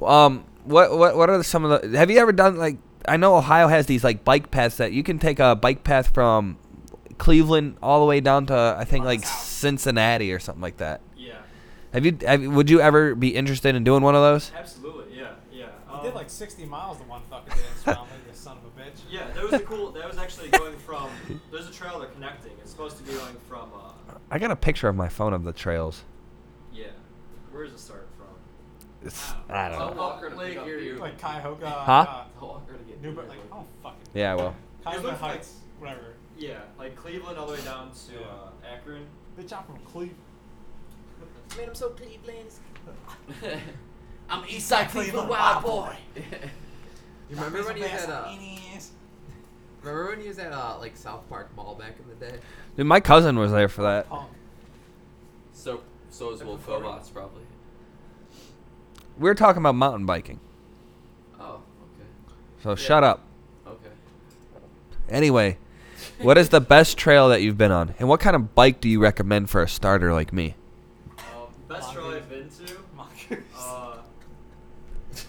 Speaker 7: Um. What what what are some of the? Have you ever done like? I know Ohio has these like bike paths that you can take a bike path from Cleveland all the way down to I think like Cincinnati or something like that.
Speaker 4: Yeah.
Speaker 7: Have you? Have, would you ever be interested in doing one of those?
Speaker 4: Absolutely. Yeah. Yeah.
Speaker 3: I
Speaker 4: Um,
Speaker 3: did like 60 miles the one fucking day in Swampy, you son of a bitch.
Speaker 4: Yeah, that was a cool. That was actually going from. There's a trail they're connecting. It's supposed to be going from. Uh,
Speaker 7: I got a picture of my phone of the trails.
Speaker 4: yeah. Where does it start from? Um,
Speaker 7: It's, I don't
Speaker 2: Tell
Speaker 7: know.
Speaker 2: Walker to pick
Speaker 4: Lake
Speaker 2: up
Speaker 4: Erie.
Speaker 2: beer.
Speaker 3: Like Cuyahoga.
Speaker 7: Huh?
Speaker 2: Tell Walker
Speaker 3: Newburgh, like, I don't fucking
Speaker 7: Yeah, I will.
Speaker 3: Cosmo
Speaker 4: Newburgh, like-
Speaker 3: Heights, whatever.
Speaker 4: Yeah, like Cleveland all the way down to uh, Akron.
Speaker 3: Bitch, I'm from Cleveland.
Speaker 1: Man, I'm so Cleveland.
Speaker 2: I'm Eastside Cleveland Wild Boy.
Speaker 1: You remember when you had uh, remember when you was at uh, like South Park Mall back in the day?
Speaker 7: Dude, my cousin was there for that.
Speaker 3: Punk.
Speaker 2: so so is Wolf Robots probably.
Speaker 7: We were talking about mountain biking.
Speaker 2: Oh,
Speaker 7: So shut up.
Speaker 2: okay, okay.
Speaker 7: Anyway, what is the best trail that you've been on? And what kind of bike do you recommend for a starter like me?
Speaker 4: Um, best trail I've been to.
Speaker 3: Mockers.
Speaker 4: Uh,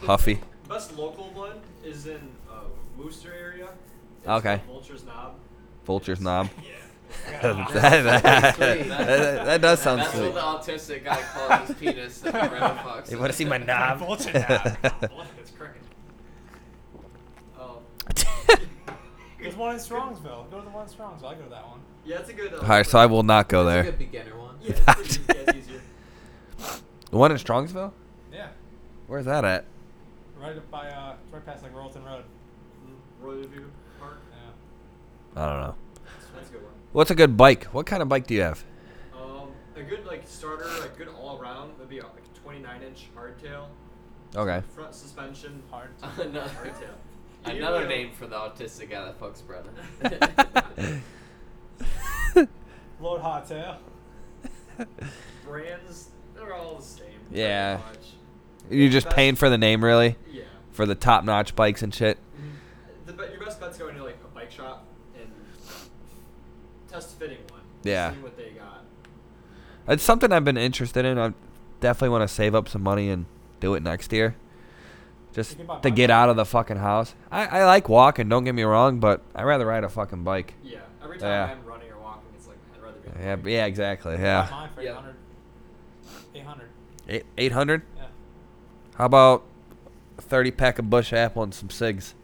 Speaker 7: Huffy.
Speaker 4: best local one is in uh, Wooster area. It's
Speaker 7: Okay.
Speaker 4: called Vulture's Knob.
Speaker 7: Vulture's Knob. that,
Speaker 3: Yeah.
Speaker 7: that,
Speaker 1: Sweet.
Speaker 7: that- that does sound
Speaker 2: That's
Speaker 7: sweet.
Speaker 2: what the autistic guy calls his penis. that the Red Fox
Speaker 7: You want to
Speaker 2: is.
Speaker 7: see my knob?
Speaker 3: Vulture knob.
Speaker 4: Look, it's crooked. Um,
Speaker 3: There's one in Strongsville. Go to the one in Strongsville. I go to that one.
Speaker 4: yeah, it's a good. Uh,
Speaker 7: All right, so I will not go
Speaker 1: It's like
Speaker 7: there.
Speaker 1: a beginner one.
Speaker 4: Yeah, it's pretty, yeah, it's easier.
Speaker 7: The one in Strongsville?
Speaker 3: Yeah.
Speaker 7: Where's that at?
Speaker 3: Right up by, uh, it's right past, like, Royalton Road.
Speaker 4: Mm-hmm. Royal View Park.
Speaker 3: Yeah.
Speaker 7: I don't know.
Speaker 4: That's a good one.
Speaker 7: What's a good bike? What kind of bike do you have?
Speaker 4: Um, a good like starter, like good all around would be uh, like a 29 inch hardtail,
Speaker 7: Okay.
Speaker 4: front suspension,
Speaker 3: Hard.
Speaker 2: Another,
Speaker 4: hardtail. You
Speaker 2: another
Speaker 4: will-
Speaker 2: name for the autistic guy that fucks Brennan.
Speaker 3: Load hot tail.
Speaker 4: brands, they're all the same. pretty
Speaker 7: Yeah.
Speaker 4: much.
Speaker 7: You're just paying for the name, really?
Speaker 4: Yeah.
Speaker 7: For the top notch bikes and shit?
Speaker 4: The, be- your best bet's going to like a bike shop and test fitting one.
Speaker 7: Yeah.
Speaker 4: See what they got.
Speaker 7: It's something I've been interested in. I definitely want to save up some money and do it next year. Just
Speaker 3: You can buy
Speaker 7: to
Speaker 3: my
Speaker 7: get
Speaker 3: bike.
Speaker 7: out of the fucking house. I, I like walking, don't get me wrong, but I'd rather ride a fucking bike.
Speaker 4: Yeah. Every time
Speaker 7: Yeah.
Speaker 4: I'm running or walking, it's like I'd rather be. on a
Speaker 7: Yeah,
Speaker 4: bike.
Speaker 7: yeah exactly. Yeah.
Speaker 3: Mine for
Speaker 2: Yeah.
Speaker 3: 800. 800.
Speaker 7: Eight- 800?
Speaker 3: Yeah.
Speaker 7: How about a 30 pack of Bush Apple and some cigs?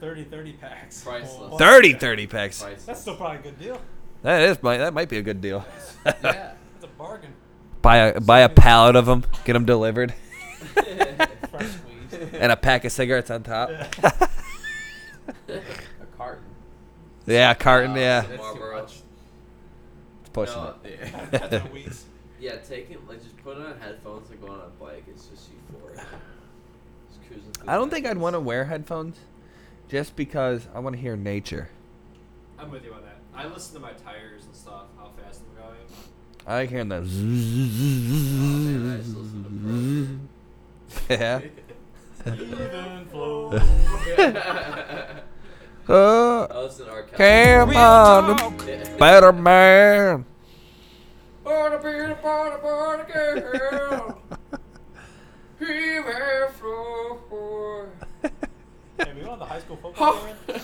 Speaker 3: 30 30 packs.
Speaker 2: Priceless.
Speaker 3: Well,
Speaker 7: 30 30 packs.
Speaker 2: Priceless.
Speaker 3: That's still probably a good deal.
Speaker 7: That is might that might be a good deal.
Speaker 1: Yeah.
Speaker 3: That's a bargain.
Speaker 7: buy a buy a pallet of them, get them delivered,
Speaker 3: Fresh squeeze.
Speaker 7: and a pack of cigarettes on top.
Speaker 1: A carton.
Speaker 7: yeah, a carton.
Speaker 2: Uh,
Speaker 7: Yeah,
Speaker 2: that's too
Speaker 1: Marlboro.
Speaker 2: much.
Speaker 7: it's pushing
Speaker 2: No,
Speaker 7: it.
Speaker 1: Yeah.
Speaker 3: That's a wheeze.
Speaker 2: Yeah, take it. Like, just put on headphones and go on a bike. It's just you for it. Just cruising through
Speaker 7: I don't
Speaker 2: the
Speaker 7: think I'd
Speaker 2: mountains.
Speaker 7: want to wear headphones, just because I want to hear nature.
Speaker 4: I'm with you on that. I listen to my tires and stuff, how fast I'm going.
Speaker 7: I like hearing the.
Speaker 2: man, I just listen
Speaker 7: yeah.
Speaker 3: Even flow.
Speaker 7: Uh,
Speaker 2: I listen to Oh, R. Kelly.
Speaker 7: come on,
Speaker 2: Yeah.
Speaker 7: better man.
Speaker 2: Born a beer, born a born again. He went through.
Speaker 3: Hey, we won the high school football game.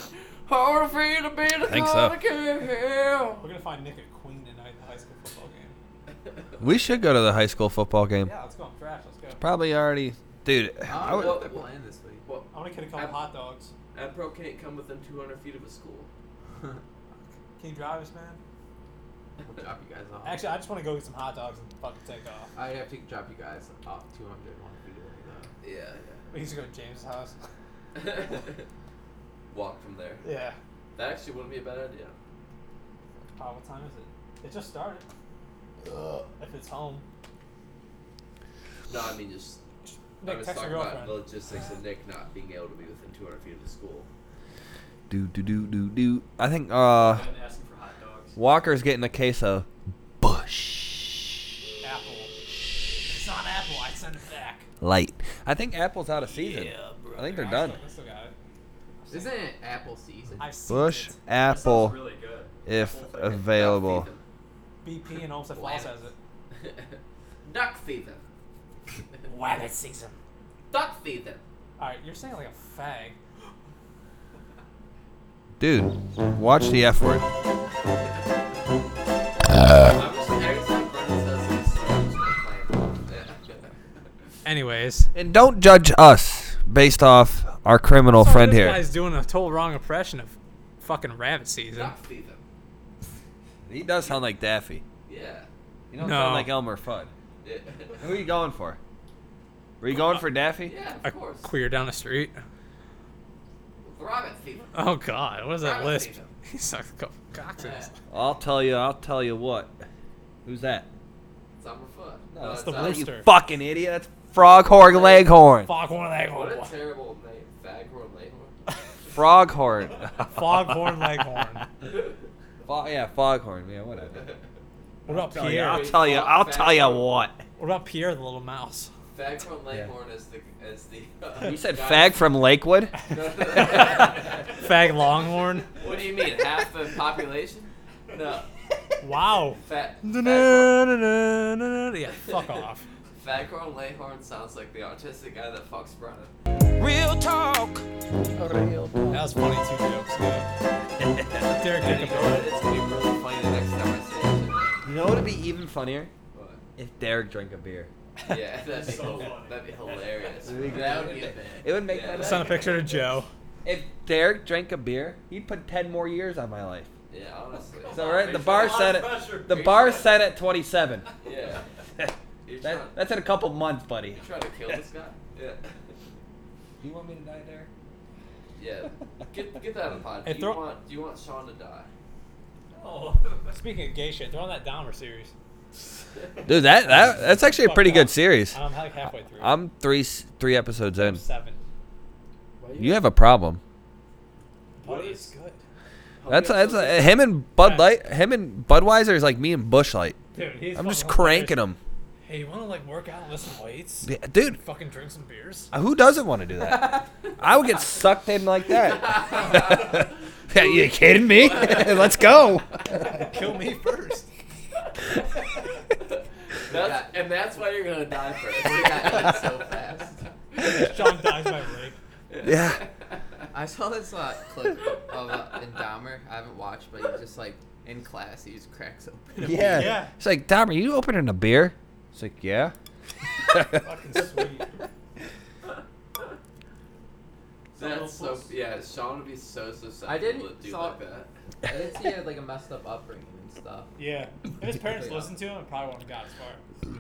Speaker 2: How to feed a bit of
Speaker 7: Think so.
Speaker 2: thought again.
Speaker 3: We're gonna find Nick at Queen tonight in the high school football game.
Speaker 7: We should go to the high school football game.
Speaker 3: Yeah, let's go. I'm trash. Let's go.
Speaker 7: Probably already, dude.
Speaker 1: I
Speaker 7: I
Speaker 1: don't know what
Speaker 7: would,
Speaker 1: they're playing this week.
Speaker 2: Well,
Speaker 3: I want to get a couple
Speaker 2: I'm-
Speaker 3: hot dogs.
Speaker 2: Pro can't come within 200 feet of a school.
Speaker 3: Can you drive us, man?
Speaker 1: We'll drop you guys off.
Speaker 3: Actually, I just want to go get some hot dogs and fucking take off.
Speaker 1: I have to drop you guys off 200 on the feet away
Speaker 2: Yeah,
Speaker 3: We used to go to James' house.
Speaker 2: yeah. Walk from there.
Speaker 3: Yeah.
Speaker 2: That actually wouldn't be a bad idea.
Speaker 3: Oh, what time is it? It just started. If it's home.
Speaker 2: No, I mean just. I
Speaker 3: Nick,
Speaker 2: was
Speaker 3: text your
Speaker 2: talking about the
Speaker 3: girlfriend.
Speaker 2: logistics of Nick not being able to be within 200 feet of the school.
Speaker 7: do do do do do. I think uh,
Speaker 4: I've been asking for hot dogs.
Speaker 7: Walker's getting a case of Bush
Speaker 3: Apple. It's not Apple. I send it back.
Speaker 7: Light. I think Apple's out of season. I think they're
Speaker 3: I
Speaker 7: done.
Speaker 3: Still, I still got it.
Speaker 1: though. Isn't it apple season?
Speaker 3: I've seen it.
Speaker 7: Bush
Speaker 4: That sounds
Speaker 7: Apple,
Speaker 4: really good.
Speaker 7: if
Speaker 4: Apple thing.
Speaker 7: available.
Speaker 3: BP and Olmsted Falls has it.
Speaker 2: Duck fever.
Speaker 3: Wow, that season.
Speaker 2: Duck fever.
Speaker 3: All right, you're saying like a fag.
Speaker 7: Dude, watch the F word.
Speaker 2: I'm just every time Brennan says this, I'm just gonna play it.
Speaker 3: Anyways,
Speaker 7: And don't judge us based off our criminal friend
Speaker 3: this
Speaker 7: here.
Speaker 3: guy's doing a total wrong impression of fucking rabbit season.
Speaker 2: Duck fever.
Speaker 7: He does sound like Daffy.
Speaker 2: Yeah.
Speaker 7: He don't
Speaker 3: No.
Speaker 7: sound like Elmer Fudd.
Speaker 2: Yeah.
Speaker 7: Who are you going for? Were you going for Daffy?
Speaker 2: Yeah,
Speaker 3: A
Speaker 2: of course.
Speaker 3: queer down the street.
Speaker 2: fever.
Speaker 3: Oh God, what is that
Speaker 2: Rocket
Speaker 3: lisp?
Speaker 2: Beans.
Speaker 3: He sucks a couple cocktails.
Speaker 7: I'll tell you. I'll tell you what. Who's that?
Speaker 2: It's on Uh, my foot.
Speaker 7: No,
Speaker 2: No,
Speaker 7: it's
Speaker 2: it's
Speaker 3: the
Speaker 2: not.
Speaker 3: worst.
Speaker 7: You
Speaker 3: Rooster.
Speaker 7: fucking idiot. That's Froghorn Leghorn.
Speaker 3: Fuck one of that
Speaker 2: What
Speaker 3: one.
Speaker 2: a terrible name. Faghorn Leghorn.
Speaker 7: Froghorn.
Speaker 3: Foghorn Leghorn.
Speaker 7: Fo- yeah, Foghorn. Yeah, whatever.
Speaker 3: What about
Speaker 7: Tell you,
Speaker 3: Pierre?
Speaker 7: I'll tell you. I'll tell you what.
Speaker 3: What about Pierre, the little mouse?
Speaker 2: Faghorn Leghorn is the. Is the uh,
Speaker 7: You said
Speaker 2: guy-
Speaker 7: fag from Lakewood.
Speaker 3: Fag Longhorn.
Speaker 2: What do you mean? Half the population? No.
Speaker 3: Wow.
Speaker 2: Fat. Faghorn
Speaker 3: Da-na-na-na-na-na. Yeah, fuck off.
Speaker 2: Faghorn Leghorn sounds like the autistic guy that fucks Brennan.
Speaker 3: That was funny two jokes. dude. Derek
Speaker 2: And you
Speaker 3: Jacob.
Speaker 2: know what? It's gonna be really funny the next time I
Speaker 7: You know what would be even funnier?
Speaker 2: say it.
Speaker 7: If Derek drank a beer.
Speaker 2: But, yeah, that'd be,
Speaker 4: So funny.
Speaker 2: that'd be hilarious.
Speaker 7: That'd be good.
Speaker 2: that would be a bit.
Speaker 7: It would make
Speaker 2: Yeah,
Speaker 7: that.
Speaker 2: that'd
Speaker 3: Send a picture to Joe.
Speaker 7: If Derek drank a beer, he'd put ten more years on my life.
Speaker 2: Yeah, honestly.
Speaker 7: So right, the
Speaker 4: Makes a
Speaker 7: bar
Speaker 4: lot of
Speaker 7: set
Speaker 4: pressure.
Speaker 7: at the bar set at 27.
Speaker 2: Yeah. You're trying,
Speaker 7: That, that's in a couple months, buddy.
Speaker 2: you're trying to kill this guy? Yeah.
Speaker 7: Do you want me to die, Derek?
Speaker 2: Yeah. Get, get that on the pod.
Speaker 3: Hey,
Speaker 2: do,
Speaker 3: throw-
Speaker 2: you want, do you want Sean to die?
Speaker 4: Oh.
Speaker 3: Speaking of gay shit, they're on that Dahmer series.
Speaker 7: Dude, that, that that's actually a
Speaker 3: Fuck
Speaker 7: pretty
Speaker 3: off.
Speaker 7: good series.
Speaker 3: I'm like halfway through.
Speaker 7: I'm three s- three episodes in.
Speaker 3: seven.
Speaker 7: You have a problem.
Speaker 2: What
Speaker 3: What
Speaker 2: is-
Speaker 3: is good?
Speaker 7: That's that's a, him and Bud Light. Him and Budweiser is like me and Bush Light.
Speaker 3: Dude, he's
Speaker 7: I'm just
Speaker 3: fucking hilarious.
Speaker 7: cranking them,
Speaker 3: Hey, you want to like work out, and lift some weights,
Speaker 7: dude.
Speaker 3: fucking drink some beers?
Speaker 7: Who doesn't want to do that? I would get sucked in like that. Are you kidding me? Let's go.
Speaker 3: Kill me first.
Speaker 2: That's, and that's why you're gonna die first. You got eaten so fast.
Speaker 3: Sean dies by rape.
Speaker 7: Yeah.
Speaker 1: I saw this uh, clip of uh, in Dahmer. I haven't watched, but he just like in class, he just cracks open. a
Speaker 7: Yeah.
Speaker 3: Yeah.
Speaker 7: It's like, Dom, are you opening a beer? It's like, yeah.
Speaker 3: Fucking sweet.
Speaker 2: That's so yeah. Sean would be so susceptible
Speaker 1: I didn't
Speaker 2: to do
Speaker 1: saw-
Speaker 2: like that.
Speaker 1: I didn't see he had like a messed up upbringing and stuff.
Speaker 3: Yeah. If his parents listened to him, it probably wouldn't have got as far.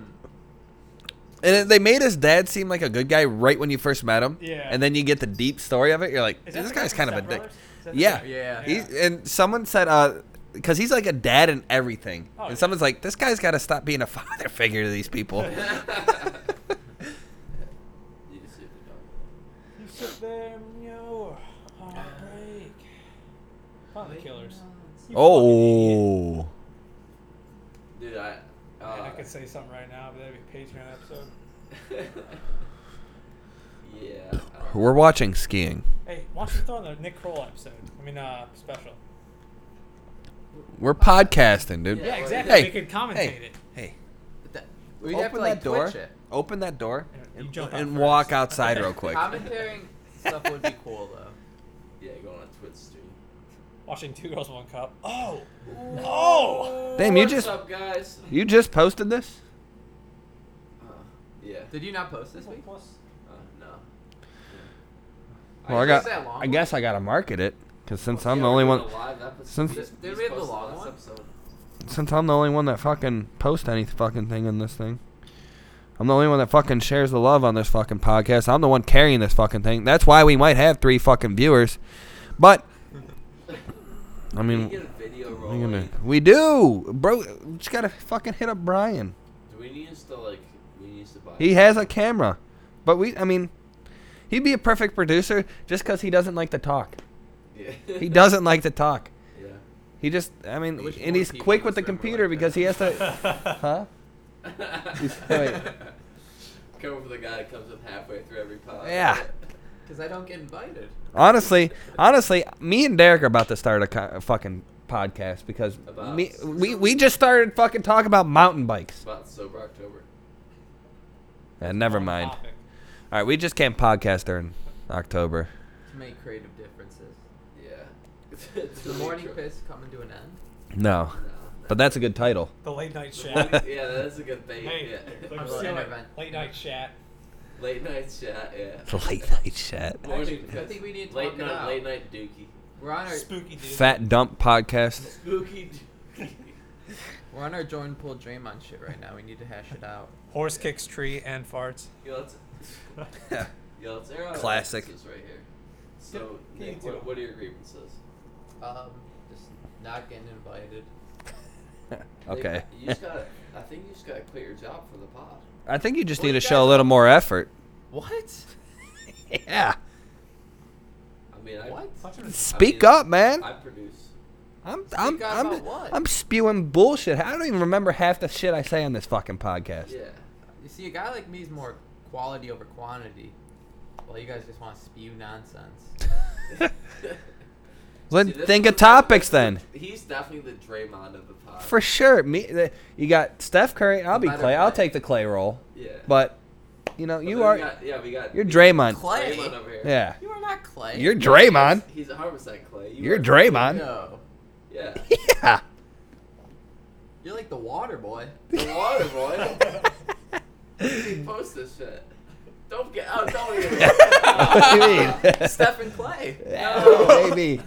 Speaker 7: And it- they made his dad seem like a good guy right when you first met him.
Speaker 3: Yeah.
Speaker 7: And then you get the deep story of it. You're like,
Speaker 3: Is that
Speaker 7: this
Speaker 3: the guy
Speaker 7: guy's
Speaker 3: from
Speaker 7: kind of a
Speaker 3: Step
Speaker 7: dick.
Speaker 3: Brothers? Is that the
Speaker 7: Yeah.
Speaker 3: guy?
Speaker 1: Yeah.
Speaker 7: He, and someone said, uh, because he's like a dad in everything.
Speaker 3: Oh,
Speaker 7: and
Speaker 3: yeah.
Speaker 7: someone's like, this guy's got to stop being a father figure to these people.
Speaker 2: You just see the dog.
Speaker 3: You sit there and your heartbreak. Found the killers. You fucking idiot.
Speaker 7: oh.
Speaker 2: Dude, I.
Speaker 3: Man, I
Speaker 2: Uh,
Speaker 3: could say something right now, but that'd be a Patreon episode.
Speaker 2: yeah. I don't-
Speaker 7: We're watching skiing.
Speaker 3: Hey, why don't you throw in the Nick Kroll episode? I mean, uh, special.
Speaker 7: We're podcasting, dude.
Speaker 2: Yeah,
Speaker 3: Yeah,
Speaker 2: well,
Speaker 3: exactly.
Speaker 7: hey,
Speaker 3: we could commentate
Speaker 7: hey.
Speaker 3: it.
Speaker 7: Hey,
Speaker 1: But that- we have
Speaker 7: open
Speaker 1: to like
Speaker 7: that door.
Speaker 1: Twitch it.
Speaker 7: Open that door
Speaker 3: You
Speaker 7: and,
Speaker 3: jump out
Speaker 7: and
Speaker 3: first.
Speaker 7: walk outside real quick.
Speaker 1: Commentating stuff would be cool though.
Speaker 2: Yeah, go on a Twitch stream.
Speaker 3: Watching Two Girls, One Cup. Oh! Oh!
Speaker 7: Damn, you
Speaker 2: What's
Speaker 7: just-
Speaker 2: up, guys?
Speaker 7: You just posted this?
Speaker 2: Uh, yeah.
Speaker 1: Did you not post this week?
Speaker 2: Uh, no.
Speaker 7: Well, I
Speaker 1: Is
Speaker 7: got.
Speaker 1: that long
Speaker 7: I guess I gotta market it, cause since I'm
Speaker 2: Yeah,
Speaker 7: the only
Speaker 2: we're
Speaker 7: one,
Speaker 2: doing a live episode.
Speaker 7: since-
Speaker 2: We just-
Speaker 1: Did
Speaker 2: we
Speaker 1: we have the
Speaker 2: posted
Speaker 1: long
Speaker 2: last
Speaker 1: one?
Speaker 2: episode.
Speaker 7: since I'm the only one that fucking posts any fucking thing in this thing. I'm the only one that fucking shares the love on this fucking podcast. I'm the one carrying this fucking thing. That's why we might have three fucking viewers, but I
Speaker 2: Can we
Speaker 7: mean,
Speaker 2: get a video
Speaker 7: we're
Speaker 2: rolling?
Speaker 7: gonna- we do, bro. we Just gotta fucking hit up Brian.
Speaker 2: Do we need us to like? We need us to buy.
Speaker 7: He has a camera, but we. I mean, he'd be a perfect producer just cause he doesn't like to talk.
Speaker 2: Yeah.
Speaker 7: He doesn't like to talk.
Speaker 2: yeah.
Speaker 7: He just, I mean,
Speaker 1: I wish
Speaker 7: and
Speaker 1: more
Speaker 7: he's
Speaker 1: people
Speaker 7: quick
Speaker 1: in
Speaker 7: with the
Speaker 1: this room were
Speaker 7: computer
Speaker 1: like
Speaker 7: because
Speaker 1: that.
Speaker 7: he has to. huh? wait.
Speaker 2: Cover for the guy that comes up halfway through every pod.
Speaker 7: Yeah.
Speaker 1: Because I don't get invited.
Speaker 7: Honestly, honestly, me and Derek are about to start a, co- a fucking podcast because
Speaker 2: About-
Speaker 7: me, we we just started fucking talking about mountain
Speaker 2: It's
Speaker 7: bikes.
Speaker 2: about sober October.
Speaker 7: Eh, never
Speaker 3: On
Speaker 7: mind. All
Speaker 3: topic.
Speaker 7: right, we just can't podcast during October.
Speaker 1: To make creative differences.
Speaker 2: Yeah.
Speaker 1: The morning piss coming to an end.
Speaker 7: No,
Speaker 2: No,
Speaker 7: but that's a good title.
Speaker 3: The late night chat.
Speaker 2: no. yeah, that is a good bait.
Speaker 3: hey,
Speaker 2: Yeah.
Speaker 3: click
Speaker 1: I'm
Speaker 3: the
Speaker 1: still
Speaker 3: link.
Speaker 1: in.
Speaker 3: late night chat.
Speaker 2: Late night chat. Yeah.
Speaker 7: Late night chat.
Speaker 2: Morning
Speaker 1: Actually, I
Speaker 2: piss.
Speaker 1: think we need to
Speaker 2: late
Speaker 1: talk it
Speaker 2: night.
Speaker 1: out.
Speaker 2: Late night dookie.
Speaker 1: We're on our
Speaker 3: Spooky dude.
Speaker 7: Fat dump podcast.
Speaker 2: Spooky. Dookie.
Speaker 1: we're on our Jordan Poole dream on shit right now. We need to hash it out.
Speaker 3: Horse kicks tree and farts.
Speaker 2: Yo, let's. Yo, let's air out our
Speaker 7: Classic.
Speaker 2: references right here. So,
Speaker 3: Can you
Speaker 2: Nick,
Speaker 3: do
Speaker 2: what,
Speaker 3: it?
Speaker 2: what are your grievances?
Speaker 1: Um, just not getting invited.
Speaker 2: Like,
Speaker 7: okay.
Speaker 2: you just gotta. I think you just gotta quit your job for the pod.
Speaker 7: I think you just
Speaker 1: Well,
Speaker 7: need to
Speaker 1: you
Speaker 7: show a
Speaker 1: guys-
Speaker 7: little more effort.
Speaker 1: What?
Speaker 7: Yeah.
Speaker 2: I mean, I,
Speaker 1: What?
Speaker 7: Speak
Speaker 2: mean,
Speaker 7: up, man.
Speaker 2: I produce.
Speaker 7: I'm I'm
Speaker 1: up
Speaker 7: I'm,
Speaker 1: about what?
Speaker 7: I'm spewing bullshit. I don't even remember half the shit I say on this fucking podcast.
Speaker 2: Yeah.
Speaker 1: You see, a guy like me is more quality over quantity. Well, you guys just want to spew nonsense.
Speaker 7: Let
Speaker 2: See, this
Speaker 7: think
Speaker 2: is
Speaker 7: of
Speaker 2: the guy-
Speaker 7: topics then.
Speaker 2: He's definitely the Draymond of the pod.
Speaker 7: For sure. Me the, you got Steph Curry, I'll be
Speaker 1: matter
Speaker 7: Clay. I'll
Speaker 1: what.
Speaker 7: take the Clay role.
Speaker 2: Yeah.
Speaker 7: But you know,
Speaker 2: But
Speaker 7: you
Speaker 2: then
Speaker 7: are
Speaker 2: We got, yeah, we got.
Speaker 7: you're
Speaker 2: we
Speaker 7: Draymond.
Speaker 2: got
Speaker 1: Clay.
Speaker 2: Draymond over here.
Speaker 7: Yeah.
Speaker 1: You are not Clay.
Speaker 7: You're Draymond.
Speaker 2: He's, he's a homicide Clay. You
Speaker 7: You're
Speaker 2: are-
Speaker 7: Draymond.
Speaker 1: No.
Speaker 2: Yeah.
Speaker 7: Yeah.
Speaker 1: You're like the water boy.
Speaker 2: The water boy. You post this shit. Don't get. Oh, don't even.
Speaker 7: What do you mean?
Speaker 1: Stephen Clay.
Speaker 7: Oh, baby.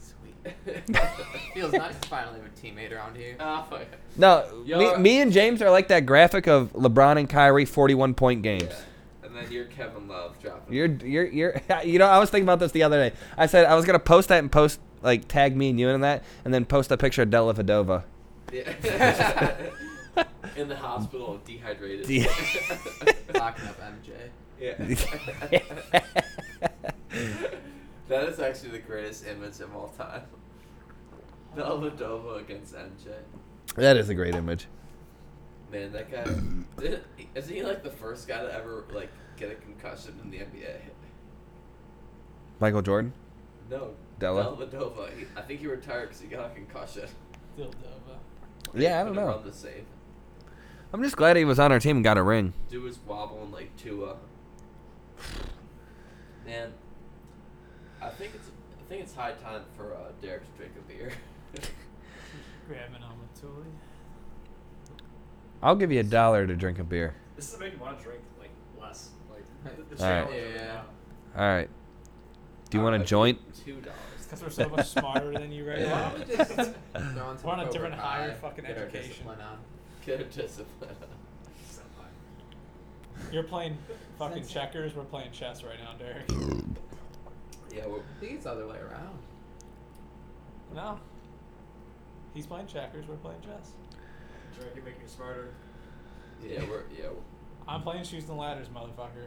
Speaker 1: Sweet. Feels nice to finally have a teammate around here.
Speaker 2: Oh, yeah.
Speaker 7: No, me,
Speaker 2: You're-
Speaker 7: me and James are like that graphic of LeBron and Kyrie 41 point games.
Speaker 2: And then you're Kevin Love dropping.
Speaker 7: You're you're you're you know I was thinking about this the other day. I said I was gonna post that and post like tag me and you in that, and then post a picture of Della Vadova.
Speaker 2: Yeah. in the hospital, dehydrated.
Speaker 7: De-
Speaker 1: Locking up MJ.
Speaker 2: yeah. that is actually the greatest image of all time. Dellavedova against MJ.
Speaker 7: that is a great image.
Speaker 2: Man, that guy. Did, isn't he like the first guy to ever like get a concussion in the NBA?
Speaker 7: Michael Jordan.
Speaker 2: No.
Speaker 7: Della?
Speaker 2: Dellavedova. He- I think he retired because he got a concussion.
Speaker 3: Dildova.
Speaker 7: Yeah, I don't know.
Speaker 2: Run the save.
Speaker 7: I'm just glad he was on our team and got a ring.
Speaker 2: Dude was wobbling like Tua. Man, I think it's I think it's high time for uh, Derek to drink a beer.
Speaker 3: Grabbing on with Tully.
Speaker 7: I'll give you a dollar to drink a beer.
Speaker 4: This is making me want to drink like less. Like the, the
Speaker 7: Alright.
Speaker 4: challenge of it
Speaker 1: Yeah.
Speaker 4: now.
Speaker 7: All right. Do
Speaker 2: I
Speaker 3: Uh,
Speaker 7: you want a
Speaker 2: would
Speaker 7: joint?
Speaker 2: give Two dollars.
Speaker 3: Because we're so much smarter than you right
Speaker 1: Why
Speaker 3: now.
Speaker 1: don't we just throw in some
Speaker 3: We're on a
Speaker 1: Cobra
Speaker 3: different higher
Speaker 1: Kai,
Speaker 3: fucking
Speaker 1: get our
Speaker 3: education.
Speaker 1: discipline on.
Speaker 2: Get a discipline.
Speaker 3: You're playing fucking
Speaker 1: Sense.
Speaker 3: checkers. We're playing chess right now, Derek.
Speaker 2: yeah, we're,
Speaker 1: I think it's the other way around.
Speaker 3: No. He's playing checkers. We're playing chess.
Speaker 4: Drink it, make you smarter.
Speaker 2: yeah, we're yeah.
Speaker 3: I'm playing shoes and ladders, motherfucker.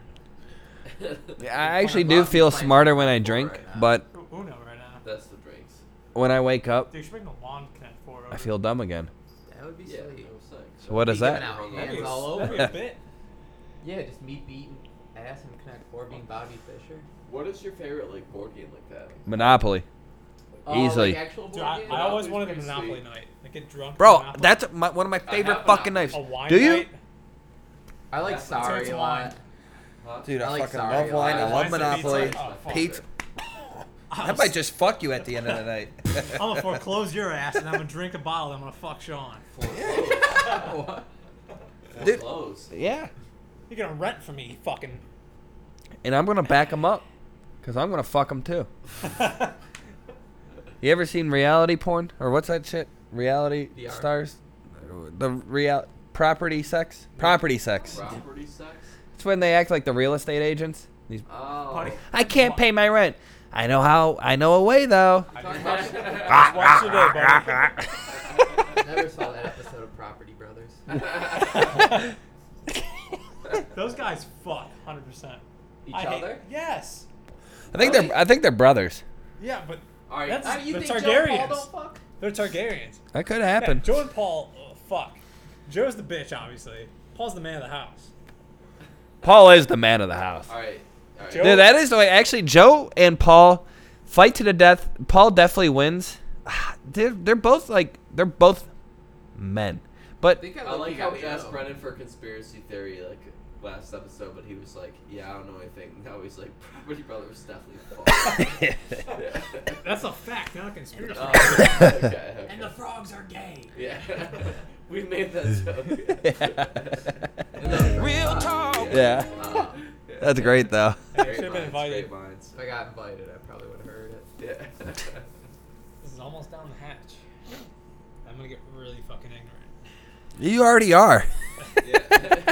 Speaker 2: We're
Speaker 7: I actually do feel smarter when I drink, but
Speaker 3: U- Uno right now.
Speaker 2: That's the drinks.
Speaker 7: when I wake up,
Speaker 3: Dude, you should bring the wand connect four over.
Speaker 7: I feel dumb again.
Speaker 1: That would be
Speaker 2: Yeah,
Speaker 1: sweet.
Speaker 2: I'm saying.
Speaker 7: So what is
Speaker 1: Be giving
Speaker 7: that?
Speaker 1: out
Speaker 2: That'd
Speaker 3: That'd
Speaker 1: hands
Speaker 3: be a-
Speaker 1: all over.
Speaker 3: that'd be a bit.
Speaker 1: Yeah, just me beating ass and Connect Four being Bobby Fisher.
Speaker 2: What is your favorite like board game like that?
Speaker 7: Monopoly.
Speaker 1: Oh,
Speaker 7: Easily.
Speaker 1: Like actual board
Speaker 3: Dude, I,
Speaker 1: game?
Speaker 3: I always
Speaker 2: Monopoly's
Speaker 3: wanted a
Speaker 2: pretty
Speaker 3: Monopoly
Speaker 2: sweet.
Speaker 3: night. Like get drunk.
Speaker 7: Bro,
Speaker 3: Monopoly.
Speaker 7: that's my, one of my favorite
Speaker 2: have
Speaker 7: fucking
Speaker 2: Monopoly.
Speaker 7: knives.
Speaker 3: a wine
Speaker 7: Do you?
Speaker 3: night.
Speaker 1: I like
Speaker 2: That's what
Speaker 1: sorry
Speaker 3: turns
Speaker 1: a
Speaker 3: me
Speaker 1: lot.
Speaker 3: on.
Speaker 2: Huh?
Speaker 7: Dude,
Speaker 1: I
Speaker 7: I,
Speaker 1: like
Speaker 7: fucking
Speaker 1: Sorry
Speaker 7: love
Speaker 1: a
Speaker 7: wine.
Speaker 1: lot.
Speaker 7: I
Speaker 1: Wine
Speaker 7: love
Speaker 1: and pizza.
Speaker 7: Monopoly.
Speaker 3: Oh, fuck.
Speaker 7: Pizza.
Speaker 3: I'm
Speaker 7: I might just fuck you at the end of the night.
Speaker 3: I'm gonna foreclose your ass, and I'm gonna drink a bottle. And I'm gonna fuck Sean.
Speaker 1: What?
Speaker 7: Dude.
Speaker 2: Close.
Speaker 7: Yeah.
Speaker 3: You're gonna rent from me, you fucking.
Speaker 7: And I'm going to back him up because I'm going to fuck him too. You ever seen reality porn? Or what's that shit? Reality
Speaker 1: VR.
Speaker 7: stars? The real property sex? Property sex.
Speaker 2: Property sex.
Speaker 7: It's when they act like the real estate agents. These,
Speaker 2: Oh.
Speaker 7: I can't pay my rent. I know how. I know a way though.
Speaker 3: Just
Speaker 7: Ah,
Speaker 3: watch today, buddy.
Speaker 1: Never saw that episode of Property Brothers.
Speaker 3: Those guys fuck 100. percent
Speaker 1: Each
Speaker 3: I hate-
Speaker 1: other?
Speaker 3: Yes.
Speaker 7: I think they're. I think they're brothers.
Speaker 3: Yeah, but
Speaker 2: All right.
Speaker 3: That's-
Speaker 1: How do you
Speaker 3: The
Speaker 1: think Joe Paul
Speaker 3: Targaryens.
Speaker 1: don't fuck?
Speaker 3: they're Targaryens.
Speaker 7: That could
Speaker 3: Yeah,
Speaker 7: happen.
Speaker 3: Joe and Paul, uh, fuck. Joe's the bitch, obviously. Paul's the man of the house.
Speaker 7: Paul is the man of the house.
Speaker 2: all right. All right.
Speaker 3: Joe-
Speaker 7: Dude, that is the way. Actually, Joe and Paul fight to the death. Paul definitely wins. Ah, They're, they're both like they're both men,
Speaker 1: I
Speaker 7: but
Speaker 1: think I,
Speaker 2: I like
Speaker 1: you
Speaker 2: how
Speaker 1: got
Speaker 2: we asked
Speaker 1: Joe.
Speaker 2: Brennan for conspiracy theory like last episode, but he was like, "Yeah, I don't know anything." Now he's like, "Property Brothers definitely false."
Speaker 3: That's a fact, not a conspiracy.
Speaker 2: Oh, okay, okay.
Speaker 3: and the frogs are gay.
Speaker 2: yeah, we made that joke.
Speaker 7: real talk. Yeah, that's great though.
Speaker 3: should have been
Speaker 2: minds,
Speaker 3: invited.
Speaker 2: Great minds.
Speaker 1: If I got invited, I probably would have heard it.
Speaker 2: Yeah.
Speaker 3: This is almost down the hatch. I'm gonna get really fucking ignorant.
Speaker 7: You already are.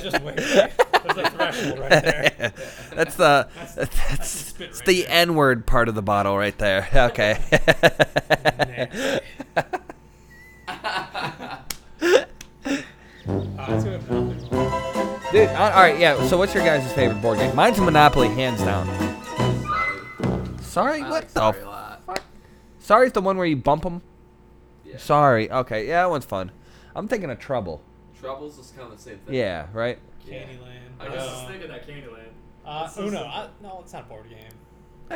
Speaker 3: Just wait. There's a threshold right there.
Speaker 7: that's the
Speaker 3: That's-
Speaker 7: that's,
Speaker 3: that's the spit
Speaker 7: it's
Speaker 3: right
Speaker 7: the
Speaker 3: there.
Speaker 7: N word part of the bottle right there. Okay.
Speaker 3: Uh, let's go to another one.
Speaker 7: Dude, all right, yeah. So, what's your guys' favorite board game? Mine's Monopoly, hands down. Sorry,
Speaker 1: I
Speaker 2: Uh,
Speaker 7: what
Speaker 1: like
Speaker 7: the?
Speaker 1: sorry a
Speaker 7: f-
Speaker 1: lot.
Speaker 7: Sorry's the one where you bump them.
Speaker 2: Yeah.
Speaker 7: Sorry. Okay, yeah, that one's fun. I'm thinking of Trouble.
Speaker 2: Troubles is kind of the same thing.
Speaker 7: Yeah, right.
Speaker 2: Yeah.
Speaker 3: Candyland.
Speaker 4: I
Speaker 2: I
Speaker 4: was
Speaker 2: guess
Speaker 4: just
Speaker 3: uh,
Speaker 4: thinking that Candyland.
Speaker 3: uh,
Speaker 4: That's so
Speaker 3: Uno.
Speaker 4: simple.
Speaker 3: I, no, it's not a board game.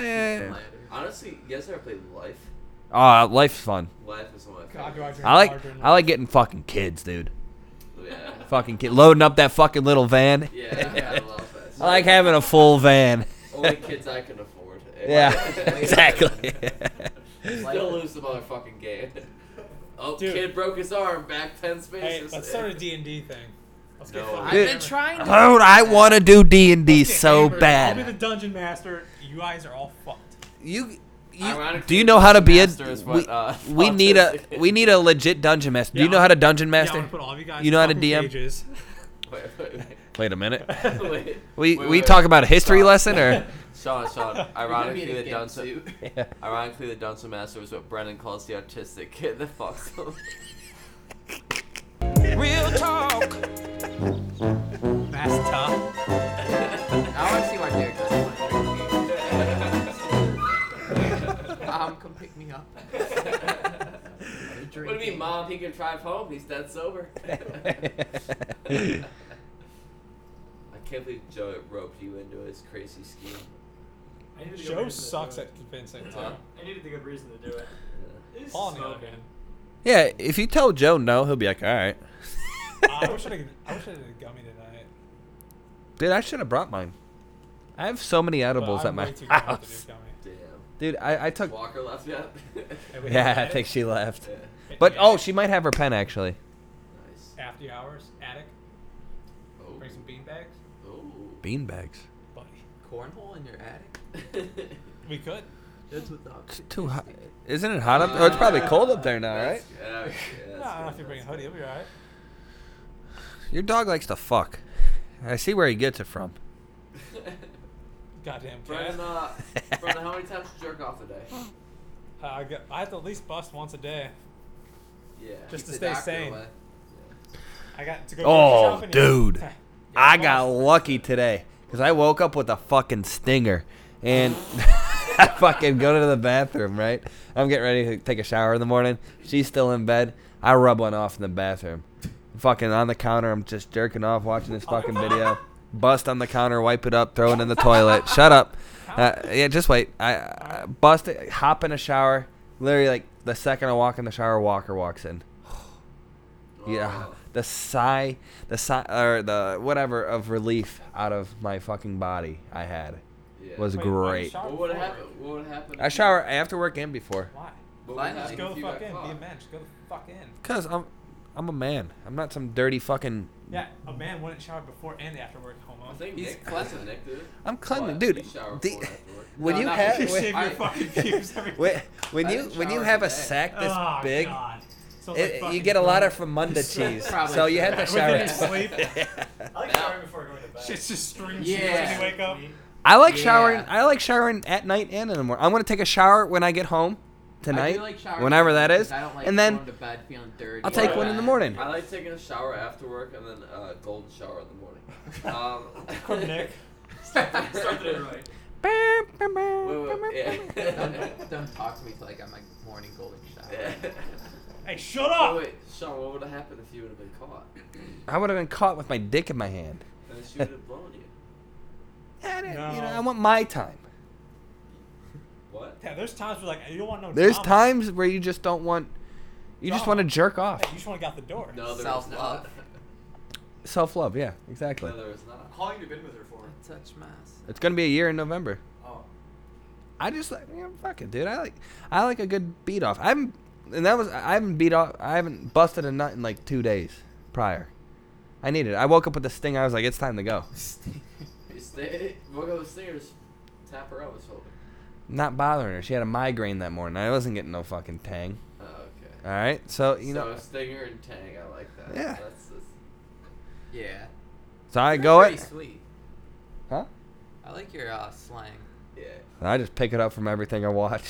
Speaker 7: Eh.
Speaker 2: Honestly, you guys ever played Life?
Speaker 7: Ah, life's fun.
Speaker 2: Life is one of my
Speaker 3: God, do
Speaker 2: favorites.
Speaker 3: I drink
Speaker 7: I like
Speaker 3: hard during
Speaker 7: I like getting fucking kids, dude.
Speaker 2: Yeah.
Speaker 7: Fucking kid, loading up that fucking little van.
Speaker 2: Yeah, I love that.
Speaker 7: I like having a full van.
Speaker 2: Only kids I can afford.
Speaker 7: Yeah, exactly.
Speaker 2: Still lose the motherfucking game. Oh,
Speaker 3: Dude.
Speaker 2: kid broke his arm. Back ten
Speaker 3: Hey,
Speaker 2: spaces.
Speaker 3: let's start a D and D thing. Let's get
Speaker 2: No.
Speaker 3: fucking
Speaker 1: I've
Speaker 7: Dude.
Speaker 1: been
Speaker 3: hammered.
Speaker 1: trying to.
Speaker 7: Dude, I want to do D and D
Speaker 3: Get
Speaker 7: so
Speaker 3: hammered. I'll be the
Speaker 7: bad.
Speaker 3: dungeon master. You guys are all fucked.
Speaker 7: You, you
Speaker 2: Ironically,
Speaker 7: do you know how to be a?
Speaker 2: Master is
Speaker 7: We,
Speaker 2: what, uh,
Speaker 7: we need a we need a legit dungeon master. Do you
Speaker 3: Yeah,
Speaker 7: know
Speaker 3: I'll-
Speaker 7: how to dungeon
Speaker 3: Yeah, I
Speaker 7: master?
Speaker 3: want to put all of you guys.
Speaker 7: You know how to
Speaker 3: in
Speaker 7: DM?
Speaker 3: fucking cages.
Speaker 2: Wait, wait, wait.
Speaker 7: Wait a minute.
Speaker 2: Wait,
Speaker 7: We
Speaker 2: wait,
Speaker 7: we
Speaker 2: wait.
Speaker 7: talk about a history
Speaker 2: Stop.
Speaker 7: lesson or?
Speaker 2: Sean, Sean. Ironically, the dungeon.
Speaker 1: suit.
Speaker 2: Ironically, the dungeon master is what Brendan calls the autistic kid that fucks him.
Speaker 8: Real talk.
Speaker 3: That's tough.
Speaker 1: I want to see my character. I wanna drink beer. Mom, come pick me up.
Speaker 2: What do you mean, mom? He can drive home. He's dead sober. I can't believe Joe roped you into his crazy scheme.
Speaker 4: I needed a good
Speaker 3: Joe
Speaker 4: reason to
Speaker 3: sucks
Speaker 4: do
Speaker 3: at
Speaker 4: it.
Speaker 3: convincing too.
Speaker 2: Huh?
Speaker 4: I needed a good reason to do it. It's
Speaker 3: Paul, on the other
Speaker 4: smoking.
Speaker 3: hand.
Speaker 7: yeah, if you tell Joe no, he'll be like, all right.
Speaker 3: Uh, I wish I could. I wish I did a gummy tonight.
Speaker 7: Dude, I should have brought mine. I have so many
Speaker 3: but
Speaker 7: edibles
Speaker 3: I'm
Speaker 7: at my
Speaker 3: way too drunk to do
Speaker 7: house.
Speaker 3: gummy.
Speaker 2: Damn.
Speaker 7: Dude, I, I took.
Speaker 2: Walker left yet?
Speaker 3: Hey, we
Speaker 7: Yeah,
Speaker 3: have
Speaker 7: I
Speaker 3: that
Speaker 7: think she left.
Speaker 2: yeah.
Speaker 7: But
Speaker 3: Yeah.
Speaker 7: oh, she might have her pen actually.
Speaker 2: Nice.
Speaker 3: After hours, attic.
Speaker 2: Oh.
Speaker 3: Bring some bean bags,
Speaker 2: Oh.
Speaker 7: Beanbags.
Speaker 3: buddy.
Speaker 1: Cornhole in your attic?
Speaker 3: We could.
Speaker 1: That's what the.
Speaker 7: It's too hot. Isn't it hot up? Oh, it's probably cold up there now, right?
Speaker 2: Yeah, yeah, that's
Speaker 3: No, I don't know if
Speaker 2: good,
Speaker 3: you bring a
Speaker 2: that's
Speaker 3: hoodie. It'll be alright.
Speaker 7: Your dog likes to fuck. I see where he gets it from.
Speaker 2: good.
Speaker 3: Goddamn cat.
Speaker 2: Brendan, uh, Brendan, how many times did you jerk off today?
Speaker 3: Uh, I, got, I have to at least bust once a day.
Speaker 2: Yeah.
Speaker 3: Just
Speaker 1: Keep
Speaker 3: to stay
Speaker 1: doctor
Speaker 3: sane.
Speaker 1: away.
Speaker 3: I got to go.
Speaker 7: Oh,
Speaker 3: grocery shopping
Speaker 7: dude.
Speaker 3: and-
Speaker 7: I got lucky today because I woke up with a fucking stinger. And I fucking go to the bathroom, right? I'm getting ready to take a shower in the morning. She's still in bed. I rub one off in the bathroom. Fucking on the counter, I'm just jerking off, watching this fucking video. Bust on the counter, wipe it up, throw it in the toilet. Shut up. Uh, yeah, just wait. I, I bust it, hop in a shower. Literally, like the second I walk in the shower, Walker walks in. Yeah,
Speaker 2: Oh.
Speaker 7: the sigh, the sigh, or the whatever of relief out of my fucking body I had
Speaker 2: Yeah.
Speaker 7: was
Speaker 3: Wait, why you
Speaker 7: great.
Speaker 3: shower
Speaker 2: What would
Speaker 3: before?
Speaker 2: happen? What would happen?
Speaker 7: I
Speaker 2: if you-
Speaker 7: shower after work and before.
Speaker 3: Why?
Speaker 2: What would
Speaker 1: Just
Speaker 2: happen
Speaker 3: Just
Speaker 2: if
Speaker 3: go the
Speaker 2: you
Speaker 3: fuck
Speaker 2: got
Speaker 3: in. Be a
Speaker 2: caught?
Speaker 3: man. Just go the fuck in.
Speaker 7: Cause I'm, I'm a man. I'm not some dirty fucking.
Speaker 3: Yeah, a man wouldn't shower before and after work, homo.
Speaker 2: I think
Speaker 1: He's
Speaker 2: Nick
Speaker 1: cleansing.
Speaker 2: Nick did it.
Speaker 7: I'm cleansing,
Speaker 2: What?
Speaker 7: dude.
Speaker 2: You shower
Speaker 7: the-
Speaker 2: before and after work?
Speaker 7: when
Speaker 1: No,
Speaker 7: you
Speaker 1: not
Speaker 7: have
Speaker 3: You
Speaker 1: before.
Speaker 7: when,
Speaker 3: shave your
Speaker 1: I-
Speaker 3: fucking pubes every
Speaker 7: when, when
Speaker 1: I
Speaker 7: you
Speaker 1: didn't
Speaker 7: when you
Speaker 1: shower
Speaker 7: have a
Speaker 1: today.
Speaker 7: sack this
Speaker 3: oh,
Speaker 7: big,
Speaker 3: God. So it's
Speaker 7: it,
Speaker 3: like
Speaker 7: you get a lot of
Speaker 3: fucking
Speaker 7: Famunda cheese. So
Speaker 1: Probably
Speaker 7: you have to
Speaker 1: correct.
Speaker 7: shower.
Speaker 3: Within
Speaker 7: twice.
Speaker 3: sleep.
Speaker 4: I like showering before going to bed.
Speaker 3: shit's just string
Speaker 1: Yeah.
Speaker 3: cheese when you wake up.
Speaker 7: I like
Speaker 1: Yeah.
Speaker 7: showering. I like showering at night and in the morning. I'm gonna take a shower when I get home
Speaker 1: I
Speaker 7: tonight,
Speaker 1: do like showering
Speaker 7: whenever that
Speaker 1: because
Speaker 7: is,
Speaker 1: I don't like
Speaker 7: and then
Speaker 1: going to bed feeling dirty.
Speaker 7: I'll take one in the morning.
Speaker 2: I like taking a shower after work and then a uh, golden shower in the morning. Um,
Speaker 3: Poor Nick.
Speaker 4: Start the day right.
Speaker 2: Wait, wait, yeah.
Speaker 1: Don't, don't talk to me till I got my morning golden shower.
Speaker 2: Yeah.
Speaker 3: Hey, shut
Speaker 2: Oh,
Speaker 3: up!
Speaker 2: wait, Sean, what would have happened if you would have been caught?
Speaker 7: I would have been caught with my dick in my hand.
Speaker 2: And she would have blown you.
Speaker 7: I don't- you know,
Speaker 3: No.
Speaker 7: I want my time.
Speaker 2: What?
Speaker 3: Yeah, there's times where like you don't want no.
Speaker 7: There's
Speaker 3: drama.
Speaker 7: times where you just don't want. You just
Speaker 3: Drama.
Speaker 7: want to jerk off.
Speaker 3: Hey, you just want to get out the door.
Speaker 2: No, there is not.
Speaker 1: Self-love.
Speaker 7: Self love, yeah, exactly.
Speaker 2: No, there is not.
Speaker 4: How long have you been with her for?
Speaker 1: Touch my. s-
Speaker 7: It's gonna be a year in November.
Speaker 4: Oh.
Speaker 7: I just like, you know, fuck it, dude. I like, I like a good beat off. I'm, and that was I haven't beat off. I haven't busted a nut in like two days prior. I needed. it. I woke up with a sting. I was like, it's time to go.
Speaker 2: You stay, we'll go upstairs, tap her on the shoulder.
Speaker 7: Not bothering her. She had a migraine that morning. I wasn't getting no fucking tang.
Speaker 2: Oh, okay.
Speaker 7: All right, so Uh, you
Speaker 2: so
Speaker 7: know,
Speaker 2: Stinger and Tang, I like that.
Speaker 7: Yeah.
Speaker 2: That's, that's
Speaker 1: Yeah.
Speaker 7: So I
Speaker 1: They're
Speaker 7: go
Speaker 1: pretty
Speaker 7: it.
Speaker 1: Sweet.
Speaker 7: Huh?
Speaker 1: I like your uh, slang.
Speaker 2: Yeah.
Speaker 7: I just pick it up from everything I watch.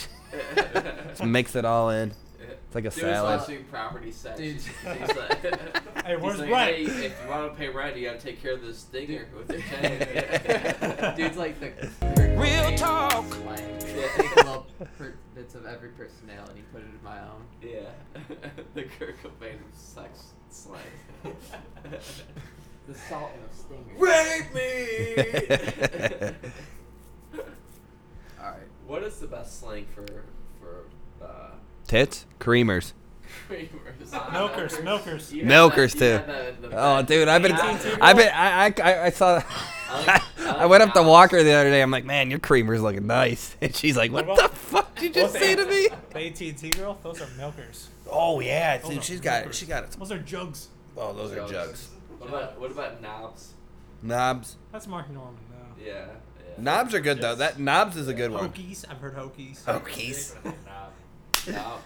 Speaker 7: just mix it all in. It's like a
Speaker 2: Dude's
Speaker 7: salad.
Speaker 2: watching property sex.
Speaker 1: Dude.
Speaker 2: He's like,
Speaker 3: Hey,
Speaker 2: he's
Speaker 3: where's
Speaker 2: like,
Speaker 3: Brett?
Speaker 2: Hey, if you want to pay rent, you gotta take care of this dinger with your tenant.
Speaker 1: Dude's like the real talk. Slang. Yeah, take a little per- bits of every personality, put it in my own.
Speaker 2: Yeah. the Kirk Cobain of sex slang.
Speaker 1: The salt and the stinger.
Speaker 2: Rape me!
Speaker 1: All right.
Speaker 2: what is the best slang for for uh,
Speaker 7: Tits? Creamers.
Speaker 2: creamers?
Speaker 3: Uh, Milkers, milkers.
Speaker 2: You had
Speaker 7: Milkers,
Speaker 2: that- you
Speaker 7: too.
Speaker 2: had that in the
Speaker 7: Oh,
Speaker 2: back.
Speaker 7: dude, I've been, I've been, I, I, I- I
Speaker 2: I
Speaker 7: saw,
Speaker 2: like- I
Speaker 7: I went
Speaker 2: like
Speaker 7: up to
Speaker 2: Alex.
Speaker 7: Walker the other day. I'm like, man, your creamer's looking nice, and she's like, what
Speaker 3: What
Speaker 7: the
Speaker 3: about-
Speaker 7: fuck did you just
Speaker 3: what
Speaker 7: say to
Speaker 3: the-
Speaker 7: me?
Speaker 3: The AT&T girl, those are milkers.
Speaker 7: Oh yeah,
Speaker 3: Those are
Speaker 7: dude, she's got,
Speaker 3: milkers.
Speaker 7: she got it.
Speaker 3: Those are jugs.
Speaker 7: Oh, those are
Speaker 2: Jugs.
Speaker 7: jugs.
Speaker 2: What about what about knobs?
Speaker 7: Knobs,
Speaker 3: That's Mark Norman, though.
Speaker 2: Yeah. yeah.
Speaker 7: knobs are good though. That knobs is a good one.
Speaker 3: Hokies, I've heard hokies.
Speaker 7: Hokies.
Speaker 2: Knob.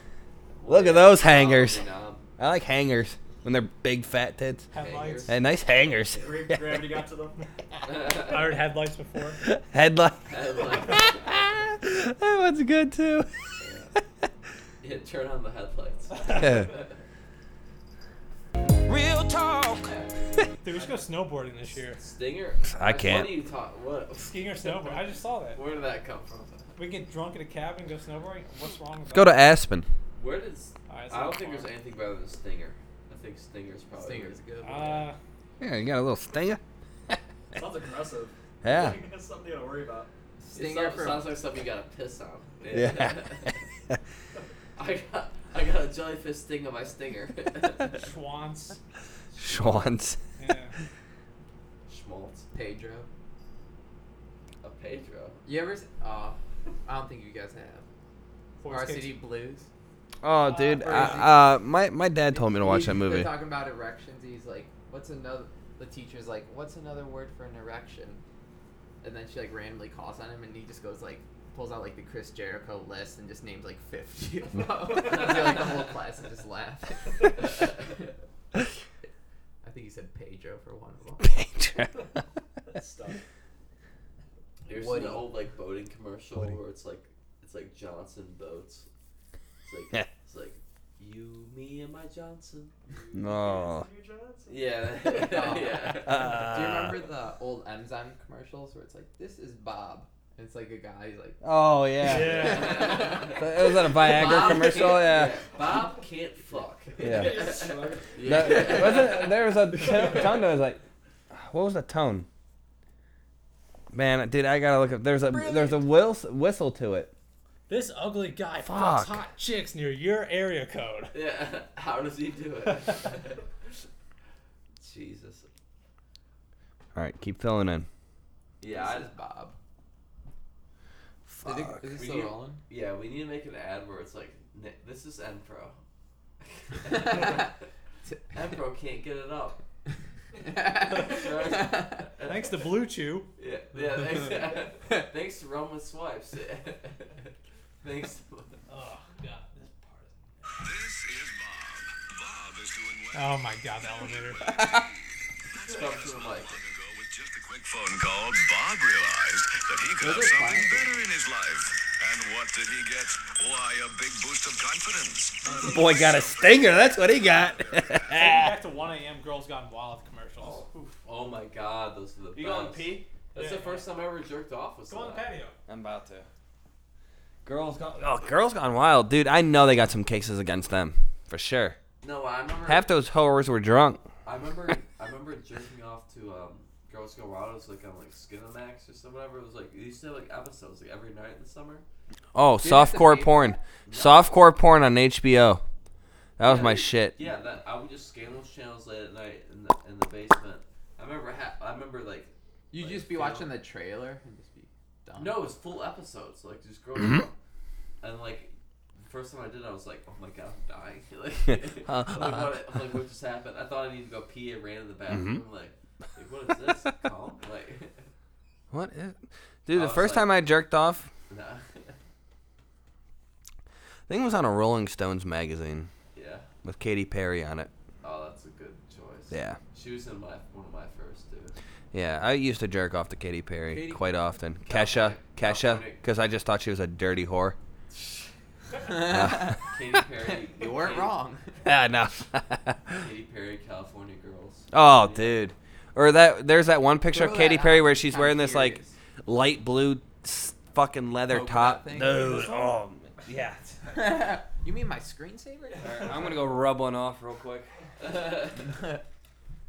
Speaker 7: Look at
Speaker 2: Yeah.
Speaker 7: those hangers.
Speaker 2: Knob.
Speaker 7: I like hangers when they're big fat tits.
Speaker 3: Headlights.
Speaker 7: And nice hangers.
Speaker 4: Gra- Gravity got to them.
Speaker 3: I heard headlights before.
Speaker 7: Headline.
Speaker 2: Headlights.
Speaker 7: that one's good too.
Speaker 2: Yeah, turn on the headlights.
Speaker 7: Real talk.
Speaker 3: Dude, we should go snowboarding this year.
Speaker 2: Stinger.
Speaker 7: I can't.
Speaker 2: What are you talking? What?
Speaker 3: Skiing or snowboarding. I just saw that.
Speaker 2: Where did that come from?
Speaker 3: We can get drunk at a cabin and go snowboarding. What's wrong with
Speaker 7: Let's go to
Speaker 3: that?
Speaker 7: Aspen.
Speaker 2: Where does?
Speaker 3: Alright, it's
Speaker 2: I don't
Speaker 3: not
Speaker 2: think
Speaker 3: far.
Speaker 2: there's anything better than Stinger. I think Stinger's probably.
Speaker 1: Stinger's a good. one.
Speaker 3: Uh,
Speaker 7: Yeah, you got a little stinger.
Speaker 4: Sounds aggressive.
Speaker 7: Yeah.
Speaker 4: That's something you gotta worry about.
Speaker 2: It
Speaker 1: Stinger
Speaker 2: sounds,
Speaker 1: for
Speaker 2: sounds like something you gotta piss on.
Speaker 7: Yeah.
Speaker 2: I got I got a jellyfish sting on my stinger.
Speaker 3: Schwans.
Speaker 7: Schwans.
Speaker 3: Yeah.
Speaker 2: Schmaltz.
Speaker 1: Pedro.
Speaker 2: A Pedro.
Speaker 1: You ever? s- Oh, I don't think you guys have.
Speaker 3: Forest
Speaker 1: Varsity Blues.
Speaker 7: Oh, dude.
Speaker 1: Uh,
Speaker 7: Uh, uh, my my dad told me to watch
Speaker 1: He's-
Speaker 7: that
Speaker 1: They're
Speaker 7: movie.
Speaker 1: talking about erections. He's like, "What's another?" The teacher's like, "What's another word for an erection?" And then she like randomly calls on him, and he just goes like, pulls out like the Chris Jericho list and just names like fifty of them. I feel like the whole class is just laughing. I think he said Pedro for one of them.
Speaker 4: That's stuff.
Speaker 2: There's
Speaker 1: Woody.
Speaker 2: an old like boating commercial where it's like it's like Johnson boats. It's like it's like you, me, and my Johnson.
Speaker 7: no.
Speaker 2: Yeah, yeah.
Speaker 1: Do you
Speaker 7: Uh,
Speaker 1: remember the old Enzyme commercials where it's like, "This is Bob," and it's like a guy. He's like,
Speaker 7: oh yeah.
Speaker 3: Yeah.
Speaker 7: So It was that a Viagra
Speaker 2: Bob
Speaker 7: commercial? Yeah.
Speaker 2: can't- Bob can't fuck.
Speaker 7: Yeah.
Speaker 2: Yeah.
Speaker 7: That- wasn't- there was a t- tone that was like, what was the tone? Man, dude, I gotta look up. There's a there's a whis- whistle to it.
Speaker 3: This ugly guy
Speaker 7: Fuck.
Speaker 3: fucks hot chicks near your area code.
Speaker 2: Yeah. How does he do it? Jesus.
Speaker 7: All right, keep filling in.
Speaker 2: Yeah,
Speaker 1: "This
Speaker 2: I,
Speaker 1: is Bob." Did
Speaker 7: Fuck.
Speaker 1: it, is it
Speaker 2: We
Speaker 1: still
Speaker 2: need-
Speaker 1: rolling?
Speaker 2: yeah. We need to make an ad where it's like, "N- this is Enpro. Enpro can't get it up.
Speaker 3: Thanks to Blue Chew.
Speaker 2: Yeah, yeah. Thanks, thanks to Roman Swipes. thanks.
Speaker 3: Oh, God. This part
Speaker 6: This is Bob. Bob is doing well.
Speaker 3: Oh, my God. The elevator.
Speaker 2: To, come to the mic.
Speaker 6: Long ago, with just a quick phone call, Bob realized that he could have
Speaker 1: Those are
Speaker 6: something
Speaker 1: classic.
Speaker 6: better in his life. And what did he get? Why, a big boost of confidence.
Speaker 7: Boy got a stinger. That's what he got.
Speaker 3: Take me back to 1 a.m. Girls Gone Wild commercials.
Speaker 2: Oh my God, those are the best.
Speaker 3: You going to pee?
Speaker 2: That's
Speaker 3: Yeah.
Speaker 2: the first time I ever jerked off was
Speaker 3: Go on the
Speaker 2: that.
Speaker 3: patio.
Speaker 7: I'm about to. Girls gone. Oh, girls gone wild, dude. I know they got some cases against them for sure.
Speaker 2: No, I remember.
Speaker 7: Half those whores were drunk.
Speaker 2: I remember. I remember jerking off to um, Girls Go Wild. It was like on like Skinamax or some whatever. It was like they used to have like episodes like every night in the summer.
Speaker 7: Oh,
Speaker 1: Dude, that's
Speaker 7: softcore
Speaker 1: amazing.
Speaker 7: porn. Softcore porn on HBO. That was my shit.
Speaker 2: Yeah, that I would just scan those channels late at night in the, in the basement. I remember. Ha- I remember like
Speaker 1: You
Speaker 2: Like,
Speaker 1: just be
Speaker 2: you
Speaker 1: watching
Speaker 2: know-
Speaker 1: the trailer and just be done.
Speaker 2: No, it's full episodes. Like just girls, and like the first time I did, it, I was like, "Oh my god, I'm dying!" like, like, what, I'm like what just happened? I thought I needed to go pee. I ran to the bathroom. Like, like, what is this? Calm? Like,
Speaker 7: What is? Dude,
Speaker 2: I
Speaker 7: the
Speaker 2: was
Speaker 7: first
Speaker 2: like-
Speaker 7: time I jerked off,
Speaker 2: no,
Speaker 7: I think it was on a Rolling Stones magazine
Speaker 2: yeah.
Speaker 7: with Katy Perry on it.
Speaker 2: Oh, that's a good choice.
Speaker 7: Yeah.
Speaker 2: She was in my one of my first too.
Speaker 7: Yeah, I used to jerk off to Katy Perry
Speaker 1: Katy
Speaker 7: quite often. Kesha,
Speaker 2: California-
Speaker 7: Kesha,
Speaker 2: California-
Speaker 7: because I just thought she was a dirty whore. Yeah.
Speaker 2: Katy Perry.
Speaker 1: You weren't
Speaker 2: Katy-
Speaker 1: wrong.
Speaker 7: yeah, Ah, no.
Speaker 2: Katy Perry, California Girls.
Speaker 7: oh, dude. Or that there's that one picture of
Speaker 1: Throw
Speaker 7: Katy
Speaker 1: that
Speaker 7: Perry
Speaker 1: out.
Speaker 7: where she's
Speaker 1: I'm
Speaker 7: wearing this like
Speaker 1: curious.
Speaker 7: light blue s- fucking leather
Speaker 1: Polka
Speaker 7: top.
Speaker 1: dot thing?
Speaker 7: Dude, oh, yeah.
Speaker 1: you mean my screensaver?
Speaker 2: Alright,
Speaker 7: I'm gonna go rub one off real quick.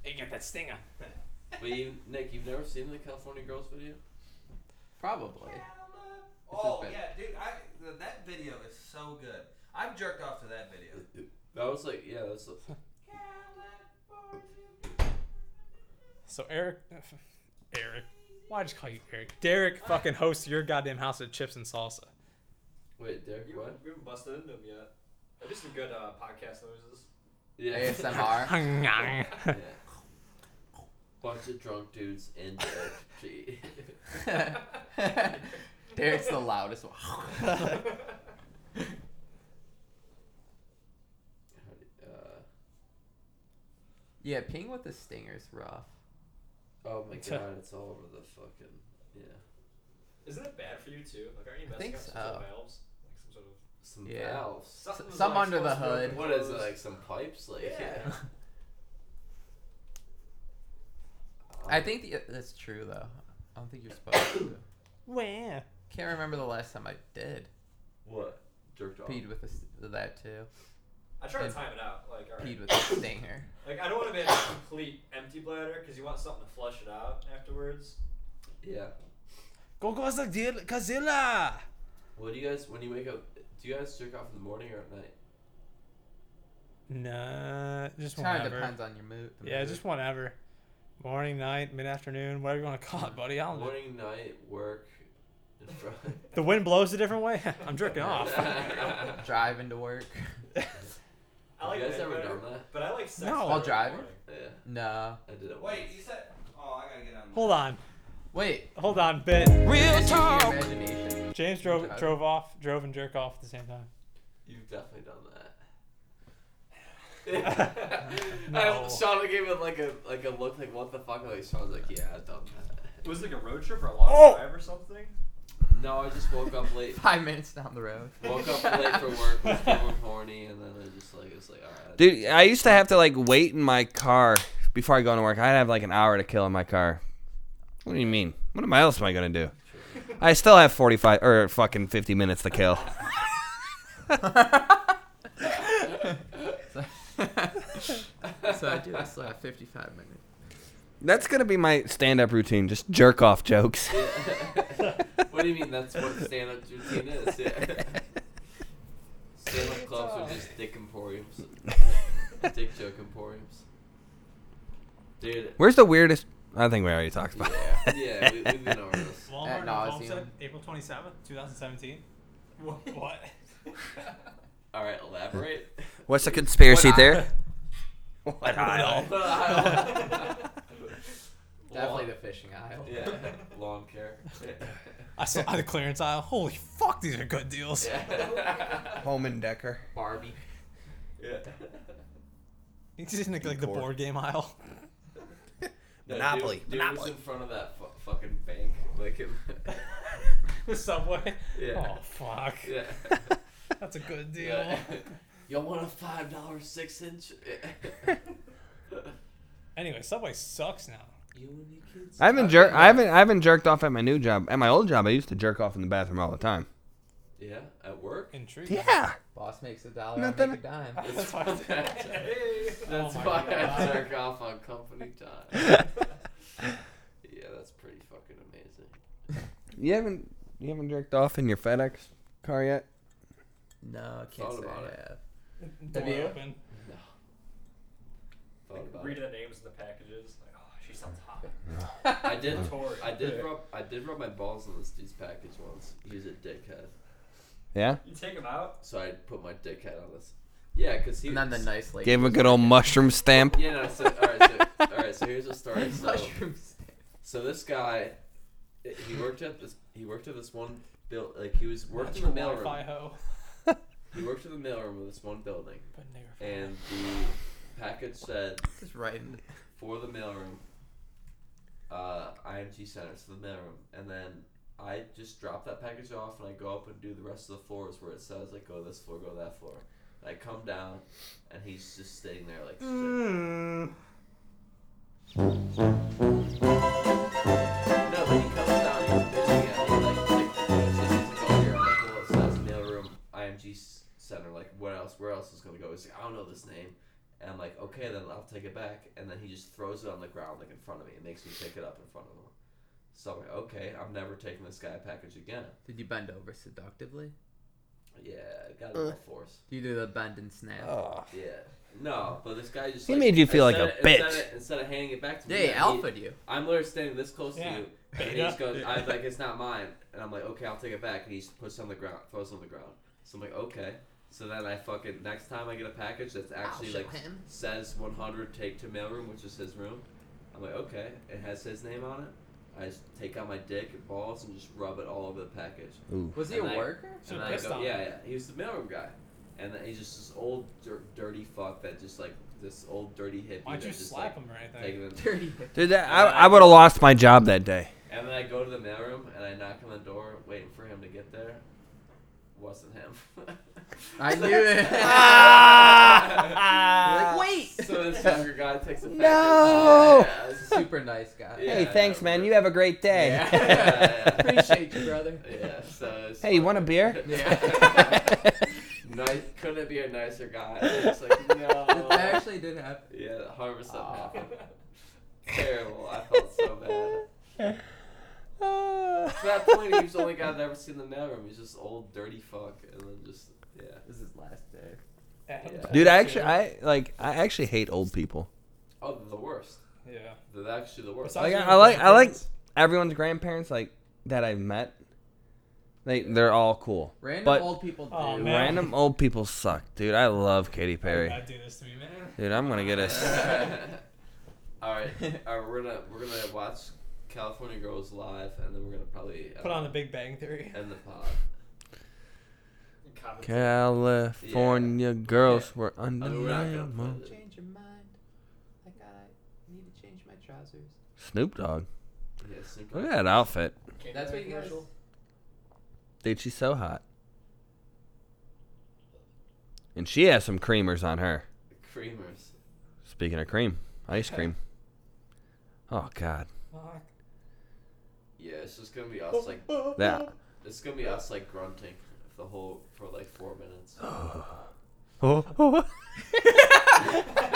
Speaker 4: Hey, get that stinger.
Speaker 2: but you, Nick, you've never seen the California Girls video?
Speaker 1: Probably.
Speaker 5: Oh
Speaker 1: bad.
Speaker 5: yeah, dude, I th- that video is so good. I've jerked off to that video.
Speaker 2: That was like, yeah, that's. Like,
Speaker 3: So Eric, Eric, why I just call you Eric? Derek fucking hosts your goddamn house of chips and salsa.
Speaker 2: wait, Derek,
Speaker 4: You
Speaker 2: what?
Speaker 4: haven't, we haven't busted into them yet. I do some good uh, podcast noises.
Speaker 2: Yeah.
Speaker 1: ASMR.
Speaker 2: yeah. Bunch of drunk dudes and Derek G.
Speaker 1: Derek's the loudest one.
Speaker 2: uh,
Speaker 1: yeah, ping with the stinger's rough.
Speaker 2: oh my
Speaker 3: It's a-
Speaker 2: god, it's all over the fucking. Yeah.
Speaker 4: Isn't it bad for you too? Like, aren't you
Speaker 1: I
Speaker 4: messing
Speaker 1: think
Speaker 4: up some sort
Speaker 1: so.
Speaker 4: of valves? Like some sort of
Speaker 2: Some
Speaker 1: Yeah.
Speaker 2: valves.
Speaker 4: something was,
Speaker 1: some
Speaker 4: like,
Speaker 1: under the
Speaker 4: supposed to be
Speaker 1: hood.
Speaker 2: What is it,
Speaker 4: closed.
Speaker 2: like some pipes? Like,
Speaker 4: Yeah.
Speaker 1: I think the, uh, that's true though. I don't think you're supposed to.
Speaker 3: Wow.
Speaker 1: Can't remember the last time I did.
Speaker 2: What? Jerked off.
Speaker 1: Peed with the, st- that too.
Speaker 4: I try to
Speaker 1: And
Speaker 4: time it out. Like, all right.
Speaker 1: Peed with the stinger.
Speaker 4: Like, I don't want to be a complete empty bladder because you want something to flush it out afterwards.
Speaker 2: Yeah.
Speaker 3: Go go Godzilla!
Speaker 2: What do you guys when you wake up? Do you guys jerk off in the morning or at night?
Speaker 3: Nah, just
Speaker 1: Kind of
Speaker 3: whenever.
Speaker 1: depends on your mood. the
Speaker 3: Yeah,
Speaker 1: mood.
Speaker 3: just whenever. Morning, night, mid afternoon, whatever you want to call it, buddy. I don't know.
Speaker 2: Morning, night, work, and Friday.
Speaker 3: Oh, The wind blows a different way. I'm jerking off.
Speaker 2: Have
Speaker 1: driving to work.
Speaker 4: I like
Speaker 2: you guys
Speaker 4: that
Speaker 2: ever
Speaker 4: better,
Speaker 2: done that?
Speaker 4: But I like sex.
Speaker 3: No.
Speaker 4: better
Speaker 3: While
Speaker 4: in the
Speaker 1: driving?
Speaker 4: morning.
Speaker 2: Yeah,
Speaker 1: No.
Speaker 2: I did it. once.
Speaker 5: Wait, you said? Oh, I gotta get on.
Speaker 3: Hold on,
Speaker 1: Wait.
Speaker 3: hold on, Ben.
Speaker 1: Real talk. Your imagination.
Speaker 3: James drove drove off, drove and jerk off at the same time.
Speaker 2: You've definitely done that. I, Shauna gave it like a like a look like what the fuck? Like Shauna's like, yeah, I've done that.
Speaker 4: Was it like a road trip or a long
Speaker 3: Oh!
Speaker 4: drive or something?
Speaker 2: No, I just woke up late.
Speaker 1: Five minutes down the road.
Speaker 2: Woke up late for work, was feeling horny, and then I just like it's like all right.
Speaker 7: Dude, I used to have to like wait in my car before I go to work. I'd have like an hour to kill in my car. What do you mean? What am I else am I gonna do? I still have forty five or fucking fifty minutes to kill.
Speaker 1: so, so I do. I still have 55 minutes.
Speaker 7: That's gonna be my stand up routine. Just jerk off jokes.
Speaker 2: what do you mean? That's what stand up routine is. Yeah. stand up clubs are just dick emporiums, dick joke emporiums. Dude,
Speaker 7: Where's the weirdest? I think we already talked about.
Speaker 2: yeah, yeah, we, we've been over this.
Speaker 1: Walmart At nauseam. Homestead,
Speaker 3: April 27th, 2017.
Speaker 4: What?
Speaker 3: What?
Speaker 2: All right, elaborate.
Speaker 7: What's the conspiracy
Speaker 1: What
Speaker 7: theory? What aisle?
Speaker 1: Definitely
Speaker 2: Lawn-
Speaker 1: the fishing aisle.
Speaker 2: yeah, lawn care.
Speaker 3: I saw the clearance aisle. Holy fuck, these are good deals.
Speaker 2: Yeah.
Speaker 7: Home and Decker.
Speaker 1: Barbie.
Speaker 2: yeah.
Speaker 3: You just neglect the
Speaker 7: Corp.
Speaker 3: board game aisle.
Speaker 2: No,
Speaker 7: Monopoly,
Speaker 2: Dude, dude
Speaker 7: Monopoly.
Speaker 2: was in front of that fu- fucking bank, like in,
Speaker 3: The subway.
Speaker 2: Yeah.
Speaker 3: Oh fuck,
Speaker 2: yeah.
Speaker 3: that's a good deal.
Speaker 2: Yeah. Y'all want a five dollar six inch?
Speaker 3: Anyway, subway sucks now.
Speaker 2: you and your kids.
Speaker 7: I haven't jer- I haven't I haven't jerked off at my new job. At my old job, I used to jerk off in the bathroom all the time.
Speaker 2: Yeah, at work.
Speaker 3: Intriguing.
Speaker 7: Yeah.
Speaker 1: Boss makes a dollar.
Speaker 7: Nothing-
Speaker 1: I make a dime.
Speaker 3: That's why.
Speaker 2: That's
Speaker 3: Oh my
Speaker 2: why I
Speaker 3: God.
Speaker 2: jerk off on company time. yeah, that's pretty fucking amazing.
Speaker 7: You haven't you haven't jerked off in your FedEx car yet?
Speaker 1: No, I can't
Speaker 2: Thought
Speaker 1: say
Speaker 2: about
Speaker 1: I
Speaker 2: it.
Speaker 1: have.
Speaker 3: Door
Speaker 1: Have you?
Speaker 3: open.
Speaker 2: Thought about
Speaker 4: Read
Speaker 2: it.
Speaker 4: the names in the packages. Like, oh, she sounds hot.
Speaker 2: I did.
Speaker 4: Tori.
Speaker 2: I did rub. I did rub my balls in this dude's package once. He's a dickhead.
Speaker 7: Yeah.
Speaker 4: You take them out.
Speaker 2: So I put my dickhead on this. Yeah, cause he.
Speaker 1: And then the nice lady.
Speaker 7: Gave him a good old mushroom stamp.
Speaker 2: Yeah, no. So, all right. So, all right. So here's a story. So,
Speaker 1: Mushrooms.
Speaker 2: So this guy, he worked at this. He worked at this one build. Like he was worked in the
Speaker 3: Wi-Fi
Speaker 2: mailroom.
Speaker 3: ho.
Speaker 2: He worked in the mailroom of this one building,
Speaker 3: But never
Speaker 2: and the Package said
Speaker 1: Just writing.
Speaker 2: for the mailroom, uh, IMG Center, so the mailroom, and then I just drop that package off and I go up and do the rest of the floors where it says like go this floor, go that floor. And I come down, and he's just sitting there like. No, but he comes down and he's bitching at me like, like this isn't going here. I'm like, well, it says mailroom IMG s- center. Like, what else? Where else is gonna go? He's like, I don't know this name. And I'm like, okay, then I'll take it back. And then he just throws it on the ground, like in front of me, and makes me pick it up in front of him. So I'm like, okay, I'm never taking this guy a package again.
Speaker 1: Did you bend over seductively?
Speaker 2: Yeah, got it all force.
Speaker 1: Do you do the bend and snap?
Speaker 2: Yeah, no, but this guy just
Speaker 7: He
Speaker 2: like,
Speaker 7: made you feel like
Speaker 2: instead
Speaker 7: a
Speaker 2: of-
Speaker 7: bitch.
Speaker 2: Instead of, instead of handing it back to me,
Speaker 1: They
Speaker 2: he-
Speaker 1: alphaed you.
Speaker 2: I'm literally standing this close
Speaker 3: Yeah.
Speaker 2: to you. And he
Speaker 3: Beta.
Speaker 2: just goes, I'm like, it's not mine. And I'm like, okay, I'll take it back. And he just puts it on the ground, throws it on the ground. So I'm like, okay. So then I fucking, next time I get a package that's actually
Speaker 1: show
Speaker 2: like,
Speaker 1: him.
Speaker 2: says 100 take to mailroom, which is his room. I'm like, okay. It has his name on it. I just take out my dick and balls and just rub it all over the package.
Speaker 1: Was he a
Speaker 2: And I-
Speaker 1: worker?
Speaker 3: So
Speaker 2: and I
Speaker 3: pissed
Speaker 2: go,
Speaker 3: on
Speaker 2: yeah,
Speaker 3: him.
Speaker 2: yeah, he was the mailroom guy. And then he's just this old, dir- dirty fuck that just like, this old dirty hippie.
Speaker 3: Why'd
Speaker 2: that
Speaker 3: you
Speaker 2: just,
Speaker 3: slap
Speaker 2: like,
Speaker 3: him right
Speaker 2: taking
Speaker 3: there?
Speaker 2: them-
Speaker 1: Dirty.
Speaker 7: Dude, that, I, I would have lost my job that day.
Speaker 2: And then I go to the mailroom and I knock on the door, waiting for him to get there. Wasn't him.
Speaker 1: I knew it. You're like, wait.
Speaker 2: so this younger guy takes a package.
Speaker 7: No.
Speaker 2: Yeah, it's super-
Speaker 1: Super nice guy.
Speaker 2: Yeah.
Speaker 7: hey, thanks, man. You have a great day.
Speaker 2: Yeah.
Speaker 1: Appreciate you, brother.
Speaker 2: yeah, so it's
Speaker 7: Hey, you want a
Speaker 2: like-
Speaker 7: beer?
Speaker 2: Yeah. nice. Couldn't it be a nicer guy? It's like no.
Speaker 1: That actually did happen.
Speaker 2: Yeah, that harvest that
Speaker 1: Aw.
Speaker 2: happened. Terrible. I felt so bad. At that point, he was the only guy I've ever seen in the mailroom. He's just old, dirty fuck, and then just yeah.
Speaker 1: This is his last day.
Speaker 2: Yeah.
Speaker 7: Dude, I actually, I like, I actually hate old people.
Speaker 2: Oh, the worst.
Speaker 3: Yeah.
Speaker 2: They're actually the worst.
Speaker 7: Like,
Speaker 3: Besides
Speaker 7: I,
Speaker 3: your
Speaker 7: I like, I like
Speaker 3: grandparents.
Speaker 7: everyone's grandparents, like that I've met. They, they're all cool.
Speaker 1: Random
Speaker 7: But-
Speaker 1: old people do.
Speaker 3: Aw, man.
Speaker 7: Random old people suck, dude. I love Katy Perry.
Speaker 3: Don't do this to me, man.
Speaker 7: Dude, I'm gonna get a.
Speaker 2: all right, all right. We're gonna we're gonna watch California Girls live, and then we're gonna probably uh,
Speaker 3: Put on the Big Bang Theory.
Speaker 2: end the pod.
Speaker 4: Comments.
Speaker 7: California girls were
Speaker 2: I mean, Oh, we're not gonna
Speaker 7: undeniable.
Speaker 2: play
Speaker 1: Change your mind. Like I need to change my trousers.
Speaker 7: Snoop Dogg.
Speaker 2: the- yeah, Snoop
Speaker 7: Look
Speaker 2: Dogg.
Speaker 7: at that outfit.
Speaker 4: Candy
Speaker 1: That's
Speaker 4: Bar
Speaker 1: what you guys.
Speaker 4: commercial.
Speaker 7: Dude, she's so hot. And she has some creamers on her.
Speaker 2: Creamers.
Speaker 7: Speaking of cream, ice cream. Oh God,
Speaker 3: Fuck.
Speaker 2: Yeah, it's just gonna be us like
Speaker 7: that.
Speaker 2: it's gonna be us like grunting the whole for like four minutes.
Speaker 7: Oh.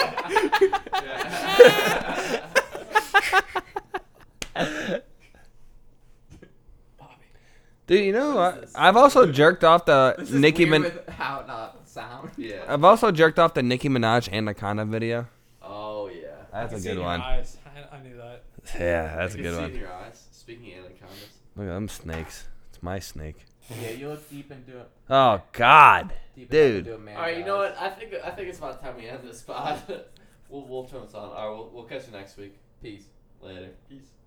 Speaker 7: Dude, you know I, I've also jerked off the
Speaker 1: This is
Speaker 7: Nicki
Speaker 1: weird
Speaker 7: Min-
Speaker 1: with how it not sound.
Speaker 2: Yeah.
Speaker 7: I've also jerked off the Nicki Minaj Anaconda video.
Speaker 2: Oh yeah.
Speaker 7: That's
Speaker 3: I
Speaker 7: a
Speaker 3: see it in
Speaker 7: good
Speaker 3: your
Speaker 7: one.
Speaker 3: eyes. I, I knew that.
Speaker 7: Yeah, that's a
Speaker 2: You
Speaker 7: good
Speaker 2: can see it in
Speaker 7: one.
Speaker 2: your eyes. Speaking of anacondas.
Speaker 7: Look at them snakes. It's my snake.
Speaker 1: Yeah, you look deep into it.
Speaker 7: Oh God,
Speaker 1: Deep
Speaker 7: dude.
Speaker 1: Into a man
Speaker 2: All right, you know
Speaker 1: eyes.
Speaker 2: what? I think I think it's about time we end this spot. we'll we'll turn this on. All right, we'll, we'll catch you next week.
Speaker 1: Peace.
Speaker 2: Later. Peace.